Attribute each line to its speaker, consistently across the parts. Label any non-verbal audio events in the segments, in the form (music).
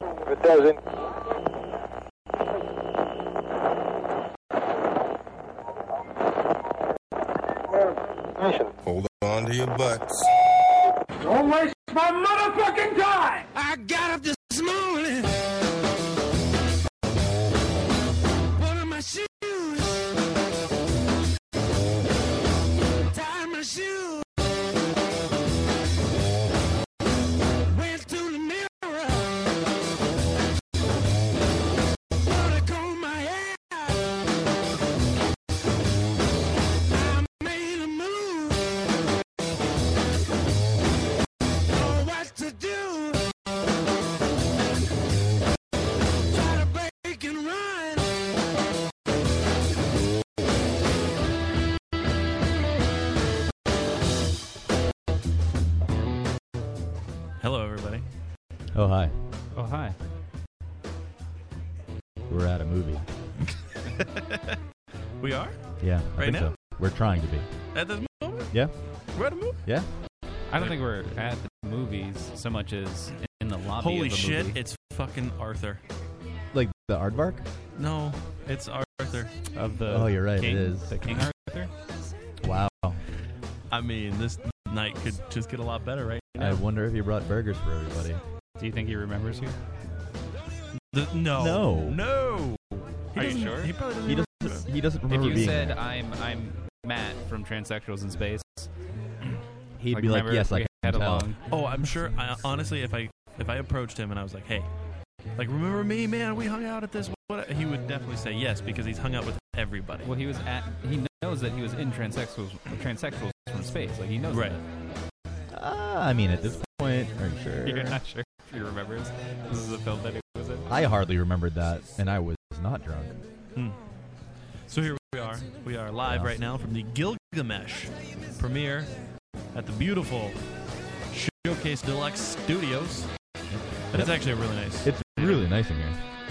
Speaker 1: If it doesn't, Nation.
Speaker 2: Hold on to your butts.
Speaker 3: Don't waste my motherfucking time!
Speaker 4: I got up this morning. Put on my shoes. Tied my shoes. Went to the mirror. Thought I combed my hair. I made a move. know what to do. Try to break and run.
Speaker 5: Hello, everybody.
Speaker 6: Oh hi,
Speaker 5: Oh, hi.
Speaker 6: we're at a movie.
Speaker 5: We are
Speaker 6: Yeah, I
Speaker 5: Right
Speaker 6: think
Speaker 5: now?
Speaker 6: so. We're trying to be.
Speaker 5: at this moment.
Speaker 6: Yeah,
Speaker 5: We're at a movie.
Speaker 6: yeah.
Speaker 7: I don't think we're at the movies so much as in the lobby.
Speaker 5: Holy
Speaker 7: of a
Speaker 5: shit!
Speaker 7: Movie.
Speaker 5: It's fucking Arthur.
Speaker 6: Like the aardvark.
Speaker 5: No, it's Arthur.
Speaker 7: Of the
Speaker 6: Oh, you're right, it
Speaker 7: King,
Speaker 6: is.
Speaker 7: the King Arthur.
Speaker 6: Wow.
Speaker 5: I mean, this night could just get a lot better, right?
Speaker 6: I wonder if you brought burgers for everybody.
Speaker 7: Do you think he remembers you?
Speaker 5: The- no,
Speaker 6: No.
Speaker 5: no. He
Speaker 7: Are you
Speaker 5: doesn't-
Speaker 7: sure?
Speaker 5: He probably doesn't.
Speaker 6: He
Speaker 5: remember
Speaker 6: doesn't. He doesn't
Speaker 7: If
Speaker 6: remember
Speaker 7: you
Speaker 6: being.
Speaker 7: said
Speaker 6: there.
Speaker 7: I'm I'm Matt from Transsexuals in Space,
Speaker 6: He'd be like,
Speaker 7: remember
Speaker 6: "Yes, I
Speaker 7: we
Speaker 6: can
Speaker 7: had a
Speaker 6: tell."
Speaker 7: long.
Speaker 5: oh, I'm sure. I, honestly, if I if I approached him and I was like, hey, like remember me, man? We hung out at this. What? He would definitely say yes because he's hung out with everybody.
Speaker 7: Well, he was at. He knows that he was in Transsexuals. Transsexuals from Space. Like he knows.
Speaker 5: Right.
Speaker 6: Ah, I mean, at this point, are you sure?
Speaker 7: (laughs) That. You're not sure if he remembers. This is a film that he was in.
Speaker 6: I hardly remembered that, and I was not drunk.
Speaker 5: So here we are. We are live
Speaker 6: Yeah.
Speaker 5: right now from the Gilgamesh premiere at the beautiful Showcase Deluxe Studios. And it's actually a really nice.
Speaker 6: It's really nice in here.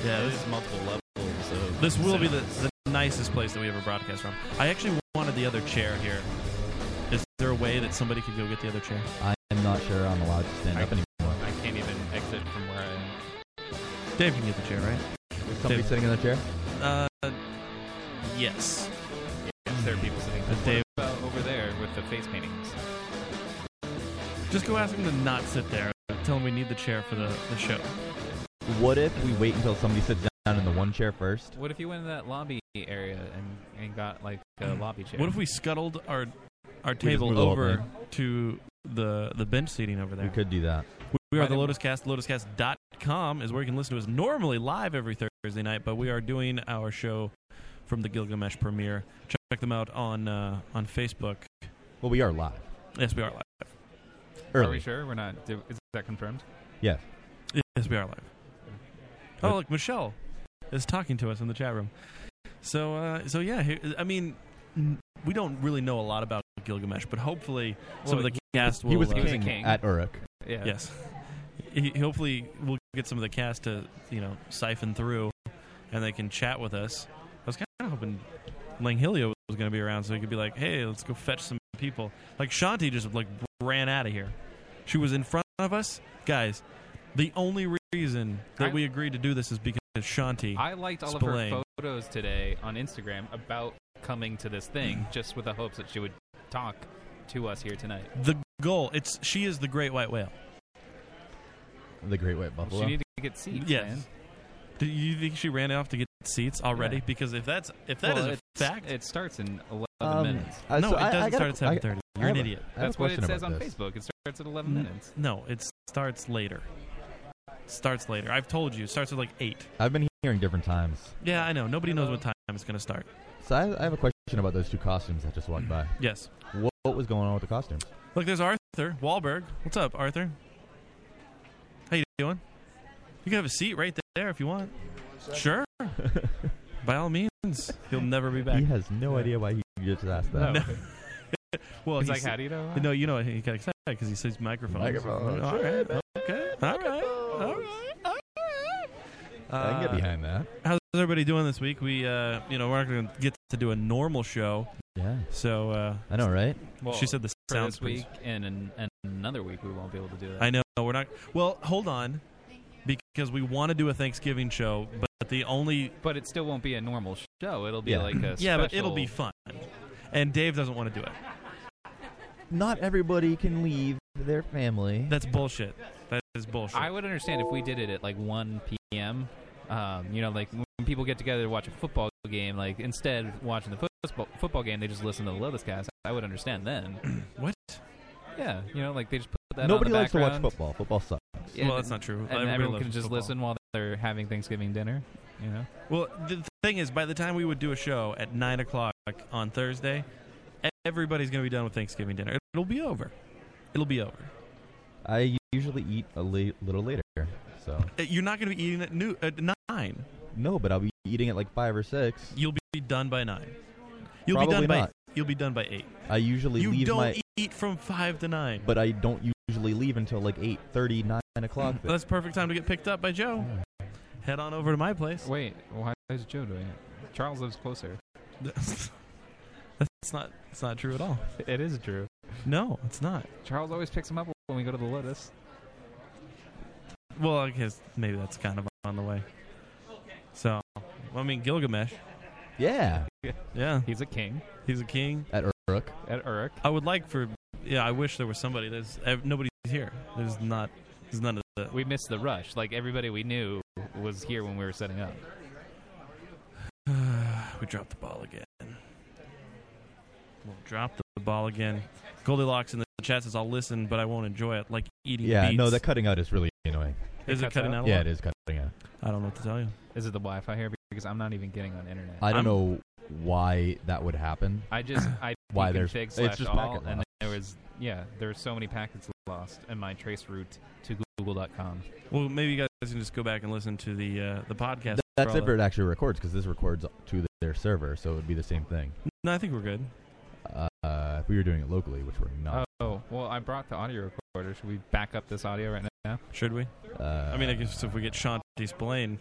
Speaker 5: yeah,
Speaker 7: This
Speaker 5: this,
Speaker 7: is multiple levels. Of
Speaker 5: this will be the, the nicest place that we ever broadcast from. I actually wanted the other chair here. Is there a way that somebody could go get the other chair?
Speaker 6: I'm not sure I'm allowed to stand
Speaker 7: I-
Speaker 6: up anymore.
Speaker 7: I can't even exit from where I am.
Speaker 5: Dave can get the chair, right?
Speaker 6: Is somebody sitting in the chair?
Speaker 5: Uh, yes.
Speaker 7: Yes, there are people sitting.
Speaker 5: But they-
Speaker 7: What about over there with the face paintings?
Speaker 5: Just go ask him to not sit there. Tell him we need the chair for the, the show.
Speaker 6: What if we wait until somebody sits down in the one chair first?
Speaker 7: What if you went in that lobby area and, and got like a lobby chair?
Speaker 5: Hmm. What if we scuttled our our
Speaker 6: just
Speaker 5: table
Speaker 6: move the whole
Speaker 5: over
Speaker 6: thing.
Speaker 5: to the the bench seating over there?
Speaker 6: We could do that.
Speaker 5: We
Speaker 7: Why
Speaker 5: are the
Speaker 7: didn't-
Speaker 5: Lotus Cast. LotusCast.com is where you can listen to us normally live every Thursday night, but we are doing our show from the Gilgamesh premiere. Check them out on uh, on Facebook.
Speaker 6: Well, we are live.
Speaker 5: Yes, we are live.
Speaker 7: Are we
Speaker 6: Early.
Speaker 7: sure we're not? Do, is that confirmed?
Speaker 6: Yes.
Speaker 5: Yes, we are live. Oh, look, Michelle is talking to us in the chat room. So, uh, so yeah, here, I mean, n- we don't really know a lot about Gilgamesh, but hopefully some
Speaker 7: Well,
Speaker 5: of the cast will.
Speaker 6: He was
Speaker 5: uh,
Speaker 7: he was a
Speaker 6: king
Speaker 7: king.
Speaker 6: at Uruk.
Speaker 7: Yeah.
Speaker 5: Yes. (laughs) He, hopefully, we'll get some of the cast to you know siphon through, and they can chat with us. I was kind of hoping Langhilio was going to be around, so he could be like, "Hey, let's go fetch some people." Like Shanti just like ran out of here. She was in front of us, guys. The only reason that
Speaker 7: I-
Speaker 5: we agreed to do this is because Shanti.
Speaker 7: I liked all of
Speaker 5: Spillane.
Speaker 7: her photos today on Instagram about coming to this thing,
Speaker 5: Hmm.
Speaker 7: just with the hopes that she would talk to us here tonight.
Speaker 5: the goal. It's she is the great white whale.
Speaker 6: The Great White Buffalo.
Speaker 7: She needed to get seats,
Speaker 5: Yes.
Speaker 7: man.
Speaker 5: Do you think she ran off to get seats already?
Speaker 7: Yeah.
Speaker 5: Because if that's if that is
Speaker 7: Well,
Speaker 5: a
Speaker 7: it's-
Speaker 5: fact,
Speaker 7: It starts in 11
Speaker 6: Um,
Speaker 7: minutes.
Speaker 6: uh,
Speaker 5: no,
Speaker 6: so
Speaker 5: it
Speaker 6: I- I
Speaker 5: doesn't
Speaker 6: got
Speaker 5: start
Speaker 6: a-
Speaker 5: at seven
Speaker 6: I-
Speaker 5: thirty.
Speaker 6: I
Speaker 5: You're an
Speaker 6: have a-
Speaker 5: idiot.
Speaker 6: I have a
Speaker 7: That's what it
Speaker 6: question
Speaker 7: says
Speaker 6: about
Speaker 7: on
Speaker 6: this.
Speaker 7: Facebook. It starts at 11
Speaker 5: Hmm.
Speaker 7: minutes.
Speaker 5: No, it starts later. Starts later. I've told you. It starts at like 8.
Speaker 6: I've been hearing different times.
Speaker 5: Yeah, I know. Nobody knows what time it's going to start.
Speaker 6: So I, I have a question about those two costumes that just walked by.
Speaker 5: Yes.
Speaker 6: What, what was going on with the costumes?
Speaker 5: Look, there's Arthur Wahlberg. What's up, Arthur? How you doing? You can have a seat right there if you want. Sure. By all means. He'll never be (laughs) back.
Speaker 6: He has no idea why he just asked that.
Speaker 5: No. Well,
Speaker 7: He's Oh, like,
Speaker 5: he's-
Speaker 7: how do you know?
Speaker 5: No, you know, he got excited because he says microphones.
Speaker 6: Microphones.
Speaker 5: All right. Okay. All right. All right. All right.
Speaker 6: I can get
Speaker 5: Uh,
Speaker 6: behind that.
Speaker 5: How's everybody doing this week? We, uh, you know, we're not going to get to do a normal show,
Speaker 6: Yeah.
Speaker 5: so uh,
Speaker 6: I know, right?
Speaker 7: Well,
Speaker 5: she said the
Speaker 7: for
Speaker 5: sounds
Speaker 7: this week and, and another week we won't be able to do that.
Speaker 5: I know we're not. Well, hold on. because we want to do a Thanksgiving show, but the only
Speaker 7: But it still won't be a normal show. It'll be
Speaker 6: Yeah.
Speaker 7: like a
Speaker 5: (clears throat) yeah, but it'll be
Speaker 7: special-
Speaker 5: fun. And Dave doesn't want to do it.
Speaker 6: Not everybody can leave their family.
Speaker 5: That's bullshit. That is bullshit.
Speaker 7: I would understand if we did it at like 1 p.m. Um, you know, like when people get together to watch a football game, like instead of watching the football football game, they just listen to the Lotus Cast. I would understand (clears throat) then.
Speaker 5: what?
Speaker 7: Yeah, you know, like they just put that.
Speaker 6: Nobody
Speaker 7: on the
Speaker 6: likes to watch
Speaker 7: background.
Speaker 6: football. Football sucks.
Speaker 7: Yeah,
Speaker 5: well, that's not true.
Speaker 7: And
Speaker 5: Everybody
Speaker 7: everyone
Speaker 5: loves
Speaker 7: can just
Speaker 5: football.
Speaker 7: listen while they're having Thanksgiving dinner. You know,
Speaker 5: Well, the thing is, by the time we would do a show at nine o'clock on Thursday, e- everybody's going to be done with Thanksgiving dinner. It'll be over. It'll be over.
Speaker 6: I usually eat a la- little later, so
Speaker 5: Uh, You're not going to be eating at new at nine.
Speaker 6: no. But I'll be eating at like five or six.
Speaker 5: You'll be done by nine. You'll
Speaker 6: Probably
Speaker 5: be done
Speaker 6: not.
Speaker 5: by. You'll be done by eight.
Speaker 6: I usually
Speaker 5: You
Speaker 6: leave
Speaker 5: don't
Speaker 6: my,
Speaker 5: eat from five to nine.
Speaker 6: but I don't usually leave until like eight thirty, nine o'clock.
Speaker 5: Well, (laughs) that's perfect time to get picked up by Joe. Head on over to my (laughs) place.
Speaker 7: wait, why is Joe doing it? Charles lives closer.
Speaker 5: that's not. It's not true at all.
Speaker 7: It is Drew.
Speaker 5: No, it's not.
Speaker 7: Charles always picks him up when we go to the Lotus.
Speaker 5: Well, I guess maybe that's kind of on the way. So, I mean, Gilgamesh.
Speaker 6: yeah,
Speaker 5: Yeah,
Speaker 7: He's a king
Speaker 5: he's a king.
Speaker 6: at Uruk.
Speaker 7: at Uruk.
Speaker 5: I would like for. Yeah, I wish there was somebody. There's ev- nobody's here. There's not. There's none of that.
Speaker 7: We missed the rush. Like everybody we knew was here when we were setting up.
Speaker 5: (sighs) We dropped the ball again. We'll drop the ball again. Goldilocks in the chat says, "I'll listen, but I won't enjoy it." Like eating.
Speaker 6: Yeah,
Speaker 5: beets.
Speaker 6: no, that cutting out is really annoying.
Speaker 5: is it
Speaker 7: cuts
Speaker 5: cutting
Speaker 7: out?
Speaker 5: out. a
Speaker 6: Yeah,
Speaker 5: lot?
Speaker 6: it is cutting out.
Speaker 5: I don't know what to tell you.
Speaker 7: Is it the Wi-Fi here? Because I'm not even getting on internet. I,
Speaker 6: I don't
Speaker 5: I'm-
Speaker 6: know why that would happen.
Speaker 7: just I
Speaker 6: (coughs) Why there's-
Speaker 7: config
Speaker 6: it's
Speaker 7: slash
Speaker 6: just
Speaker 7: all,
Speaker 6: packet
Speaker 7: and
Speaker 6: loss.
Speaker 7: there was yeah there were so many packets lost in my trace route to Google.com.
Speaker 5: Well, maybe you guys can just go back and listen to the uh, the podcast.
Speaker 6: Th- that's
Speaker 5: for all
Speaker 6: if it actually records because this records to their server, so it would be the same thing.
Speaker 5: that. No, I think we're good.
Speaker 6: Uh, if we were doing it locally, which we're not.
Speaker 7: Oh well, I brought the audio recorder. Should we back up this audio right now?
Speaker 5: Should we?
Speaker 6: uh,
Speaker 5: Oh, I mean, I guess if we get Shanti Spillane.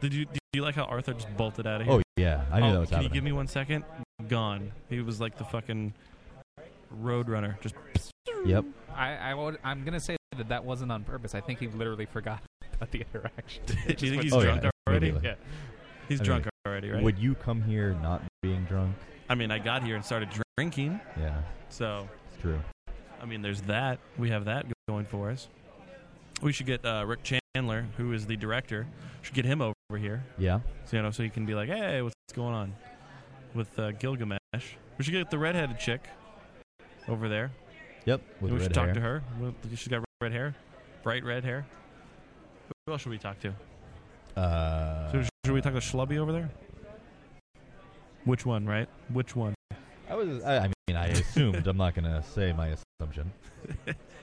Speaker 5: Did you do you like how Arthur just bolted out of here?
Speaker 6: Oh yeah, I knew
Speaker 5: Oh,
Speaker 6: that was
Speaker 5: can
Speaker 6: happening.
Speaker 5: you give me one second? Gone. He was like the fucking roadrunner. Just (laughs)
Speaker 6: Yep.
Speaker 7: I, I would, I'm gonna say that that wasn't on purpose. I think he literally forgot (laughs) about the interaction.
Speaker 6: (laughs)
Speaker 7: It
Speaker 5: Do you think he's
Speaker 7: just
Speaker 6: Oh,
Speaker 7: went-
Speaker 6: yeah,
Speaker 5: drunk
Speaker 6: it's
Speaker 5: already?
Speaker 6: ridiculous.
Speaker 5: Yeah, he's
Speaker 6: I
Speaker 5: drunk already, right?
Speaker 6: Would you come here not being drunk?
Speaker 5: I mean, I got here and started drinking,
Speaker 6: Yeah,
Speaker 5: so
Speaker 6: it's true.
Speaker 5: I mean, there's that. We have that going for us. We should get uh, Rick Chandler, who is the director, should get him over here,
Speaker 6: Yeah.
Speaker 5: so you know, so he can be like, "Hey, what's going on with uh, Gilgamesh?" We should get the redheaded chick over there.
Speaker 6: Yep. With
Speaker 5: we
Speaker 6: red
Speaker 5: should
Speaker 6: hair.
Speaker 5: talk to her. Well, She's got red hair, bright red hair. Who else should we talk to?
Speaker 6: Uh,
Speaker 5: So should we talk to Schlubby over there? Which one, right? Which one?
Speaker 6: I was. I, I mean, I assumed. I'm not gonna say my
Speaker 5: (laughs)
Speaker 6: assumption.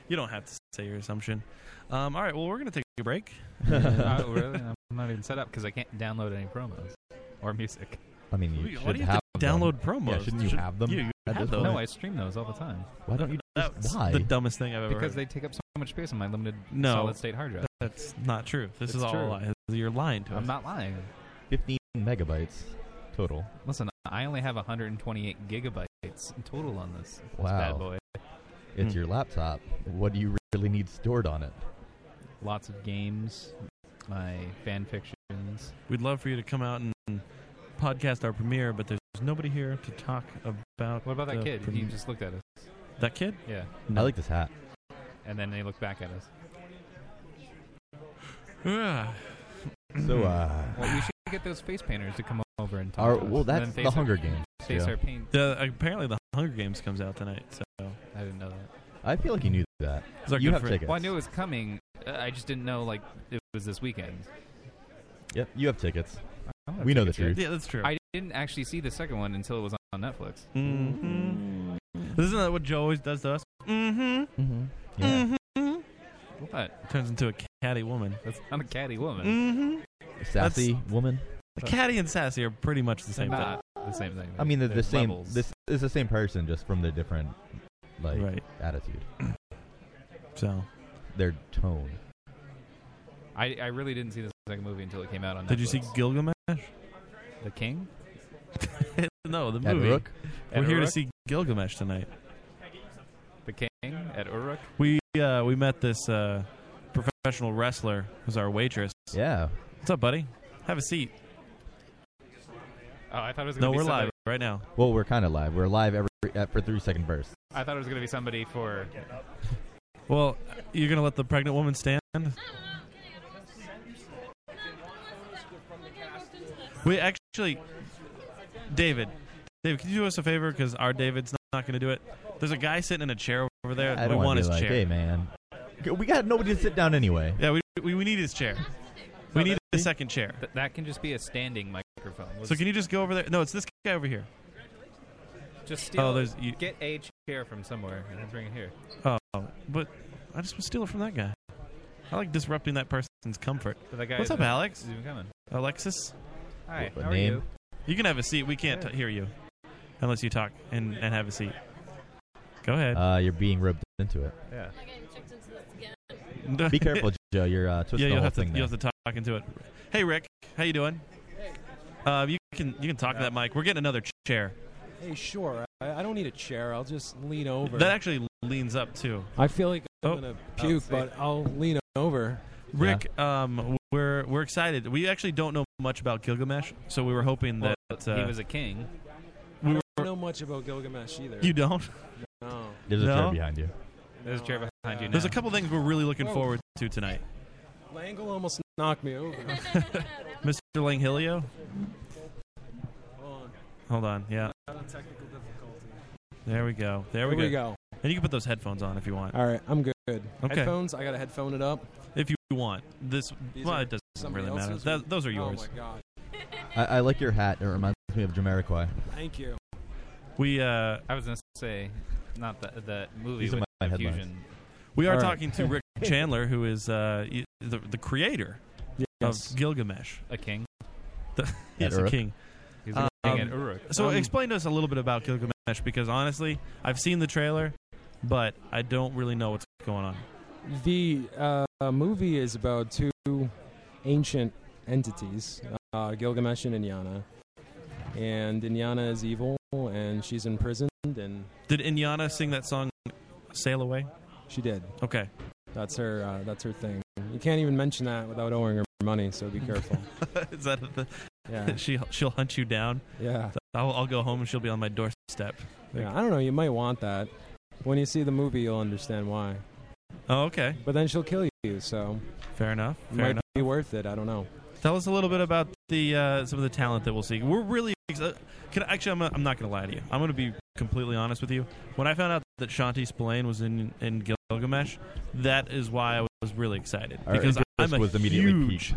Speaker 5: You don't have to say your assumption. Um, all right, well, we're going to take a break.
Speaker 7: oh really? I'm not even set up because I can't download any promos or music.
Speaker 6: (laughs) I mean, you
Speaker 5: Why do
Speaker 6: should
Speaker 5: you have
Speaker 6: have
Speaker 5: to
Speaker 6: them.
Speaker 5: download promos?
Speaker 6: Yeah, shouldn't you
Speaker 5: Should-
Speaker 6: have them?
Speaker 5: you- you
Speaker 6: at
Speaker 5: have
Speaker 6: this
Speaker 5: them.
Speaker 6: point?
Speaker 7: No, I stream those all the time
Speaker 6: Why don't you? Just,
Speaker 5: That's
Speaker 6: why?
Speaker 5: the dumbest thing I've ever
Speaker 7: because
Speaker 5: heard.
Speaker 7: they take up so much space on my limited
Speaker 5: No.
Speaker 7: solid state hard drive.
Speaker 5: That's not true. This
Speaker 7: It's
Speaker 5: is all a
Speaker 7: true.
Speaker 5: lie. You're lying to us.
Speaker 7: I'm not lying.
Speaker 6: 15 megabytes total.
Speaker 7: Listen, I only have 128 gigabytes in total on this, this
Speaker 6: Wow.
Speaker 7: bad boy.
Speaker 6: It's
Speaker 5: Hmm.
Speaker 6: your laptop. What do you really need stored on it?
Speaker 7: Lots of games, my fan fictions.
Speaker 5: We'd love for you to come out and podcast our premiere, but there's nobody here to talk about.
Speaker 7: What about that
Speaker 5: the
Speaker 7: kid?
Speaker 5: prem-
Speaker 7: He just looked at us.
Speaker 5: that kid?
Speaker 7: Yeah,
Speaker 6: I like this
Speaker 5: (clears throat)
Speaker 6: hat.
Speaker 7: and then they looked back at us.
Speaker 5: Ugh.
Speaker 6: So, uh,
Speaker 7: Well, we should get those face painters to come over and talk.
Speaker 6: our,
Speaker 7: to us.
Speaker 6: well,
Speaker 7: And then
Speaker 6: that's
Speaker 7: face
Speaker 6: the
Speaker 7: our-
Speaker 6: Hunger Games.
Speaker 7: Face
Speaker 6: yeah.
Speaker 7: our paint.
Speaker 5: The, apparently, the Hunger Games comes out tonight. So
Speaker 7: I didn't know that.
Speaker 6: I feel like you knew that.
Speaker 5: It's our
Speaker 6: you
Speaker 5: good
Speaker 6: have
Speaker 5: friend-
Speaker 6: tickets.
Speaker 7: Well, I knew it was coming. uh, I just didn't know like it was this weekend.
Speaker 6: Yep, you have tickets.
Speaker 7: I don't
Speaker 6: We know the
Speaker 7: tickets yet.
Speaker 6: truth.
Speaker 5: yeah, that's true.
Speaker 7: I didn't actually see the second one until it was on Netflix.
Speaker 5: Mm-hmm. Isn't that what Joe always does to us? Mm-hmm.
Speaker 6: Mm-hmm. Yeah.
Speaker 7: What?
Speaker 5: Turns into a catty woman.
Speaker 7: That's not a catty woman.
Speaker 6: Mm.
Speaker 5: Mm-hmm.
Speaker 6: Sassy woman.
Speaker 5: Catty Uh, and sassy are pretty much the same thing.
Speaker 7: Not the same thing.
Speaker 6: I mean, they're the
Speaker 7: There's
Speaker 6: same.
Speaker 7: levels.
Speaker 6: This is the same person, just from the different, like,
Speaker 5: Right.
Speaker 6: attitude.
Speaker 5: So,
Speaker 6: Their tone.
Speaker 7: I, I really didn't see the second movie until it came out on.
Speaker 5: did you see
Speaker 7: Netflix.
Speaker 5: Gilgamesh?
Speaker 7: The King?
Speaker 5: no, the
Speaker 6: At
Speaker 5: movie.
Speaker 6: Rook?
Speaker 5: We're
Speaker 7: At
Speaker 5: here to
Speaker 7: Uruk?
Speaker 5: see Gilgamesh tonight.
Speaker 7: The King at Uruk.
Speaker 5: We uh, we met this uh, professional wrestler who's our waitress.
Speaker 6: Yeah.
Speaker 5: What's up, buddy? Have a seat.
Speaker 7: Oh, I thought it was gonna
Speaker 5: No,
Speaker 7: be
Speaker 5: we're
Speaker 7: somebody-
Speaker 5: live right now.
Speaker 6: Well, we're kind of live. We're live every uh, for three second bursts.
Speaker 7: I thought it was gonna be somebody for.
Speaker 5: Well, you're gonna let the pregnant woman stand? We actually, David, David, can you do us a favor? Because our David's not, not gonna do it. There's a guy sitting in a chair over there.
Speaker 6: I
Speaker 5: we
Speaker 6: don't
Speaker 5: want
Speaker 6: want
Speaker 5: his
Speaker 6: to be like,
Speaker 5: chair.
Speaker 6: hey man, we got nobody to sit down
Speaker 5: (laughs)
Speaker 6: anyway.
Speaker 5: Yeah, we, we we need his chair. We need a second chair.
Speaker 7: Th- that can just be a standing microphone. We'll
Speaker 5: So can you just go over there? No, it's this guy over here.
Speaker 7: just, just steal.
Speaker 5: oh, there's- you-
Speaker 7: get a chair from somewhere and then bring it here.
Speaker 5: Oh, but I just want to steal it from that guy. I like disrupting that person's comfort.
Speaker 7: So that guy
Speaker 5: What's up,
Speaker 7: isn't-
Speaker 5: Alex?
Speaker 7: isn't even coming.
Speaker 5: Alexis,
Speaker 7: Hi,
Speaker 6: What
Speaker 7: how
Speaker 6: name?
Speaker 7: are you?
Speaker 5: you can have a seat. We can't t- hear you unless you talk and, and have a seat. Go ahead.
Speaker 6: Uh, you're being rubbed into it.
Speaker 7: Yeah.
Speaker 6: Uh, Be
Speaker 5: (laughs)
Speaker 6: careful, Joe. You're uh, twisting
Speaker 5: yeah,
Speaker 6: the
Speaker 5: you'll
Speaker 6: whole
Speaker 5: have to
Speaker 6: thing.
Speaker 5: you'll
Speaker 6: there.
Speaker 5: have to talk into it. Hey, Rick, how you doing? Uh, you can you can talk to that mic. We're getting another ch- chair
Speaker 8: Hey, sure. I, I don't need a chair. I'll just lean over.
Speaker 5: that actually leans up too.
Speaker 8: I feel like I'm
Speaker 5: Oh.
Speaker 8: gonna puke, but I'll lean over.
Speaker 5: Rick, um, we're we're excited. We actually don't know much about Gilgamesh, so we were hoping
Speaker 7: Well,
Speaker 5: that uh,
Speaker 7: he was a king.
Speaker 8: I don't know much about Gilgamesh either.
Speaker 5: (laughs) you don't.
Speaker 8: no.
Speaker 6: There's a
Speaker 5: No?
Speaker 6: chair behind you.
Speaker 7: There's a chair behind you. Now.
Speaker 5: There's a couple things we're really looking
Speaker 8: Whoa.
Speaker 5: forward to tonight.
Speaker 8: Langle almost knocked me over.
Speaker 5: (laughs) Mr. Langhilio?
Speaker 8: Hold on.
Speaker 5: Hold on. Yeah.
Speaker 8: Had a technical difficulty.
Speaker 5: There we go. There we,
Speaker 8: Here we Uh.
Speaker 5: go.
Speaker 8: go.
Speaker 5: And you can put those headphones on if you want.
Speaker 8: All right, I'm good.
Speaker 5: Okay.
Speaker 8: Headphones. I gotta headphone it up.
Speaker 5: If you want. This
Speaker 8: These
Speaker 5: well,
Speaker 8: are
Speaker 5: it doesn't
Speaker 8: Somebody
Speaker 5: really matter.
Speaker 8: else's.
Speaker 5: That, those are yours.
Speaker 8: Oh my god.
Speaker 6: I, I like your hat. It reminds me of Jamiroquai.
Speaker 8: Thank you.
Speaker 5: we uh
Speaker 7: I was gonna say, not that that movie
Speaker 6: These are
Speaker 7: with
Speaker 6: my
Speaker 7: the
Speaker 6: headlines.
Speaker 7: fusion.
Speaker 5: we are
Speaker 6: All right.
Speaker 5: talking to Rick Chandler who is uh y- the, the creator
Speaker 8: Yes.
Speaker 5: of Gilgamesh.
Speaker 7: A king.
Speaker 5: Yes, a
Speaker 6: Uruk?
Speaker 5: king.
Speaker 7: He's a king at
Speaker 5: Um,
Speaker 7: Uruk.
Speaker 5: So
Speaker 8: Um,
Speaker 5: explain to us a little bit about Gilgamesh because honestly, I've seen the trailer, but I don't really know what's going on.
Speaker 8: The uh, movie is about two ancient entities, uh, Gilgamesh and Inyana. And Inyana is evil, and she's imprisoned, and
Speaker 5: Did Inyana sing that song Sail Away?
Speaker 8: she did.
Speaker 5: Okay.
Speaker 8: That's her. Uh, that's her thing. You can't even mention that without owing her money. So be
Speaker 5: (laughs)
Speaker 8: careful.
Speaker 5: (laughs) is that the,
Speaker 8: Yeah,
Speaker 5: (laughs) she she'll hunt you down?
Speaker 8: yeah,
Speaker 5: I'll, I'll go home and she'll be on my doorstep.
Speaker 8: yeah. I don't know. You might want that. When you see the movie, you'll understand why.
Speaker 5: Oh, okay.
Speaker 8: But then she'll kill you. So
Speaker 5: Fair enough.
Speaker 8: it
Speaker 5: Fair
Speaker 8: might
Speaker 5: enough.
Speaker 8: be worth it. I don't know.
Speaker 5: Tell us a little bit about the uh, some of the talent that we'll see. We're really ex- uh, can, actually. I'm, not- I'm not going to lie to you. I'm going to be completely honest with you. When I found out that Shanti Spillane was in in Gilgamesh, that is why I was really excited
Speaker 6: Our
Speaker 5: because I- I'm
Speaker 6: interest
Speaker 5: a
Speaker 6: was immediately
Speaker 5: huge,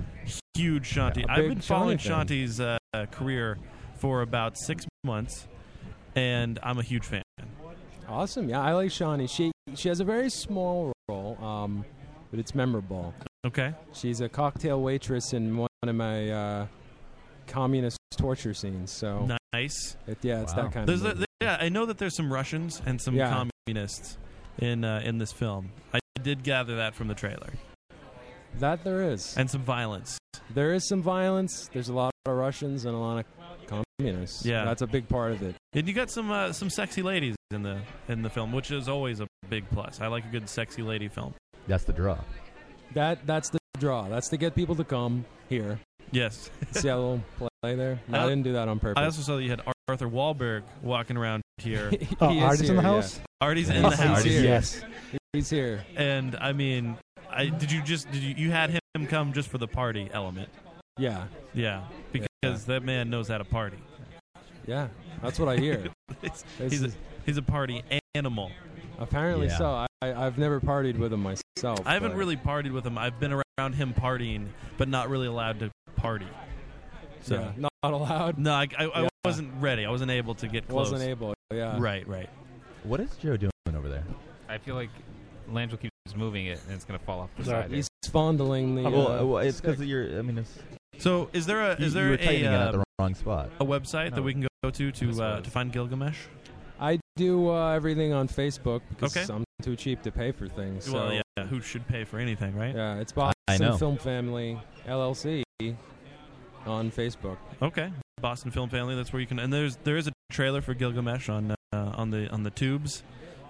Speaker 5: huge Shanti.
Speaker 8: Yeah, a
Speaker 5: I've
Speaker 8: big
Speaker 5: been following
Speaker 8: Shanti
Speaker 5: Shanti's uh, uh, career for about six months, and I'm a huge fan.
Speaker 8: Awesome. Yeah, I like Shawnee. She she has a very small role, um, but it's memorable.
Speaker 5: Okay.
Speaker 8: She's a cocktail waitress in one of my uh, communist torture scenes. So
Speaker 5: Nice.
Speaker 8: it, yeah, it's
Speaker 6: Wow.
Speaker 8: that kind
Speaker 5: There's
Speaker 8: of.
Speaker 5: a,
Speaker 8: movie.
Speaker 5: yeah, I know that there's some Russians and some
Speaker 8: Yeah.
Speaker 5: communists in uh, in this film. I did gather that from the trailer,
Speaker 8: that there is.
Speaker 5: and some violence.
Speaker 8: There is some violence. There's a lot of Russians and a lot of communists.
Speaker 5: Yeah.
Speaker 8: that's a big part of it.
Speaker 5: And you got some uh, some sexy ladies in the in the film, which is always a big plus. I like a good sexy lady film.
Speaker 6: That's the draw.
Speaker 8: That that's the draw. That's to get people to come
Speaker 5: (laughs)
Speaker 8: here.
Speaker 5: Yes,
Speaker 8: See how little play there? No, I,
Speaker 5: I-
Speaker 8: didn't do that on purpose.
Speaker 5: I also saw that you had Arthur Wahlberg walking around
Speaker 8: (laughs)
Speaker 5: here.
Speaker 8: He
Speaker 9: Oh,
Speaker 8: is
Speaker 9: Artie's in the
Speaker 8: here, yeah.
Speaker 9: house?
Speaker 6: (laughs)
Speaker 5: Artie's in the
Speaker 8: He's
Speaker 5: house,
Speaker 8: here.
Speaker 9: Yes.
Speaker 8: He's here.
Speaker 5: and I mean, I did you just did you, you had him come just for the party element?
Speaker 8: Yeah,
Speaker 5: Yeah, because that man knows how to party.
Speaker 8: yeah. That's what I hear.
Speaker 5: He's-
Speaker 8: This
Speaker 5: (laughs) he's a,
Speaker 8: is-
Speaker 5: he's a party animal.
Speaker 8: apparently
Speaker 6: Yeah.
Speaker 8: so. I, I, I've never partied with him myself.
Speaker 5: I haven't
Speaker 8: but
Speaker 5: really partied with him. I've been around him partying, but not really allowed to party. So
Speaker 8: yeah, not, not allowed.
Speaker 5: no, I, I, I
Speaker 8: Yeah.
Speaker 5: wasn't ready. I wasn't able to get close.
Speaker 8: Wasn't able.
Speaker 6: uh,
Speaker 8: Yeah.
Speaker 5: Right, right.
Speaker 6: What is Joe doing over there?
Speaker 7: I feel like Langell keeps moving it and it's gonna fall off the
Speaker 9: Sorry.
Speaker 7: side. here.
Speaker 8: He's fondling the.
Speaker 6: Oh, well,
Speaker 8: uh,
Speaker 6: uh, well, it's because you're. I mean, it's.
Speaker 5: So is there a
Speaker 6: you,
Speaker 5: is
Speaker 6: you
Speaker 5: there
Speaker 6: were
Speaker 5: a
Speaker 6: tightening it at
Speaker 5: uh,
Speaker 6: the wrong spot.
Speaker 5: a website that
Speaker 7: No.
Speaker 5: we can go to
Speaker 7: This
Speaker 5: to uh,
Speaker 7: was-
Speaker 5: to find Gilgamesh?
Speaker 8: I do uh, everything on Facebook because
Speaker 5: Okay.
Speaker 8: I'm too cheap to pay for things. So.
Speaker 5: well, yeah. Who should pay for anything, right?
Speaker 8: Yeah, it's
Speaker 6: I-
Speaker 8: Boston
Speaker 6: I know.
Speaker 8: Film Family LLC on Facebook.
Speaker 5: Okay. Boston Film Family. That's where you can. And there's there is a trailer for Gilgamesh on uh, on the on the tubes,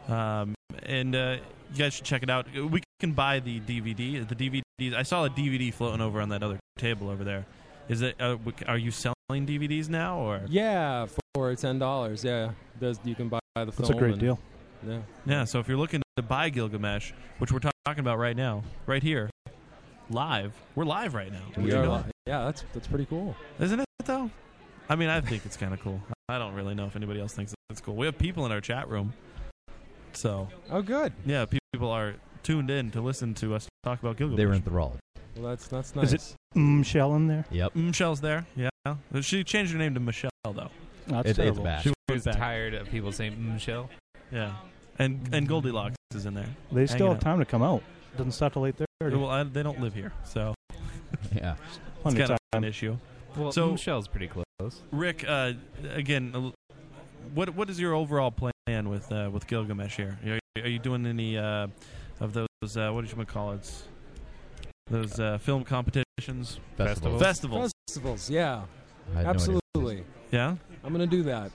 Speaker 5: um, and uh, you guys should check it out. We can buy the DVD. The DVDs. I saw a DVD floating over on that other table over there. Is it? Uh, w- are you selling DVDs now or?
Speaker 8: Yeah, for ten dollars. Yeah, those you can buy the film.
Speaker 9: That's a great
Speaker 8: and-
Speaker 9: deal.
Speaker 8: Yeah.
Speaker 5: Yeah, so if you're looking to buy Gilgamesh, which we're talk- talking about right now, right here, live, we're live right now.
Speaker 8: We
Speaker 5: Did you
Speaker 8: are
Speaker 5: know
Speaker 8: li- yeah, that's that's pretty cool.
Speaker 5: that? Isn't it though? I mean, I think it's kind of cool. I don't really know if anybody else thinks it's cool. We have people in our chat room, so
Speaker 8: Oh, good.
Speaker 5: yeah, pe- people are tuned in to listen to us talk about Gilgamesh.
Speaker 6: They were enthralled.
Speaker 8: Well, that's that's nice.
Speaker 9: Is it- Mm, shell in there.
Speaker 6: Yep.
Speaker 5: Michelle's there, yeah. She changed her name to Michelle though.
Speaker 6: It's,
Speaker 9: That's
Speaker 6: it's
Speaker 9: terrible.
Speaker 6: bad.
Speaker 5: She
Speaker 7: I
Speaker 5: was
Speaker 7: was
Speaker 5: back.
Speaker 7: tired of people saying "Mm, Michelle.
Speaker 5: Yeah, and and Goldilocks is in there.
Speaker 9: They still
Speaker 5: Hanging
Speaker 9: have time to come out. Doesn't stop till eight thirty.
Speaker 5: Well, I, they don't live here, so
Speaker 6: (laughs) Yeah.
Speaker 5: it's
Speaker 9: Plenty of
Speaker 5: kind of an
Speaker 9: time.
Speaker 5: issue.
Speaker 7: Well,
Speaker 8: Mm,
Speaker 5: So-
Speaker 7: Michelle's pretty close.
Speaker 5: Rick, uh, again, a l- what what is your overall plan with uh, with Gilgamesh here? Are you, are you doing any uh, of those uh, what did you call it? Those uh, film competitions,
Speaker 6: Festival.
Speaker 5: festivals?
Speaker 8: Festivals, yeah,
Speaker 6: I had no idea.
Speaker 8: absolutely.
Speaker 5: yeah, (laughs)
Speaker 8: I'm gonna do that.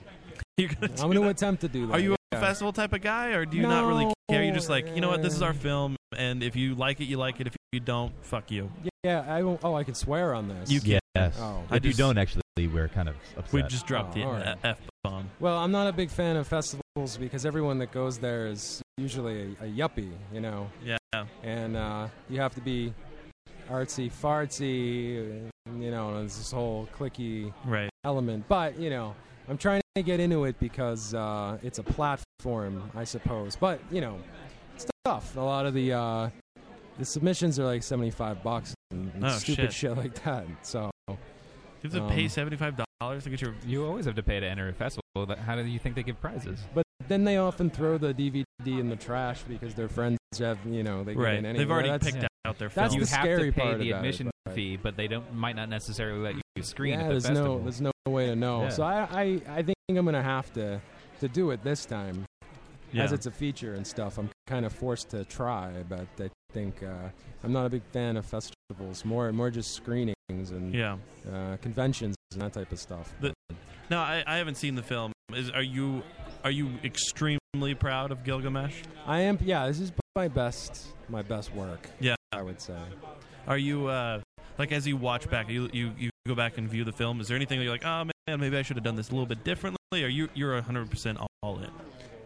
Speaker 5: you're gonna. Do
Speaker 8: I'm gonna
Speaker 5: that?
Speaker 8: attempt to do that.
Speaker 5: Are you a
Speaker 8: yeah.
Speaker 5: festival type of guy, or do you not really
Speaker 8: No,
Speaker 5: care? You're just like, you know what, this is our
Speaker 8: uh,
Speaker 5: film, and if you like it, you like it. If you don't, fuck you.
Speaker 8: Yeah, I won't. Oh, I could swear on this.
Speaker 5: You
Speaker 6: Yes.
Speaker 8: Oh.
Speaker 6: If
Speaker 5: I
Speaker 6: you
Speaker 5: just-
Speaker 6: don't actually, we're kind of upset.
Speaker 5: We just dropped
Speaker 8: Oh,
Speaker 5: the
Speaker 8: all right.
Speaker 5: f bomb.
Speaker 8: Well, I'm not a big fan of festivals because everyone that goes there is usually a, a yuppie, you know,
Speaker 5: Yeah,
Speaker 8: and uh, you have to be artsy fartsy, uh, you know, and it's this whole clicky
Speaker 5: right.
Speaker 8: element. But you know, I'm trying to get into it because uh, it's a platform, I suppose. But you know, it's tough. A lot of the uh, the submissions are like 75 bucks and
Speaker 5: Oh,
Speaker 8: stupid
Speaker 5: shit.
Speaker 8: like that. So
Speaker 5: You have to
Speaker 8: Um,
Speaker 5: pay seventy five dollars to get your
Speaker 7: You always have to pay to enter a festival. That- How do you think they give prizes?
Speaker 8: then they often throw the DVD in the trash because their friends have you know they get
Speaker 5: right.
Speaker 8: in anyway.
Speaker 5: They've already
Speaker 8: That's-
Speaker 5: picked out their
Speaker 8: That's
Speaker 5: film.
Speaker 7: you
Speaker 8: the
Speaker 7: have
Speaker 8: scary
Speaker 7: to pay
Speaker 8: part
Speaker 7: the
Speaker 8: about it,
Speaker 7: admission
Speaker 8: but-
Speaker 7: fee, but they don't might not necessarily let you screen
Speaker 8: yeah,
Speaker 7: at the
Speaker 8: there's
Speaker 7: festival.
Speaker 8: no there's no way to know.
Speaker 7: Yeah.
Speaker 8: So I, I I think I'm gonna have to to do it this time.
Speaker 5: Yeah.
Speaker 8: as it's a feature and stuff, I'm kind of forced to try. But I think uh, I'm not a big fan of festivals. More, more just screenings and
Speaker 5: yeah.
Speaker 8: uh, conventions and that type of stuff.
Speaker 5: The- No, I, I haven't seen the film. Is are you are you extremely proud of Gilgamesh?
Speaker 8: I am, yeah. This is my best, my best work.
Speaker 5: Yeah.
Speaker 8: I would say.
Speaker 5: Are you uh, like as you watch back, you you you go back and view the film. Is there anything that you're like, oh man, maybe I should have done this a little bit differently? Or you you're hundred percent all in,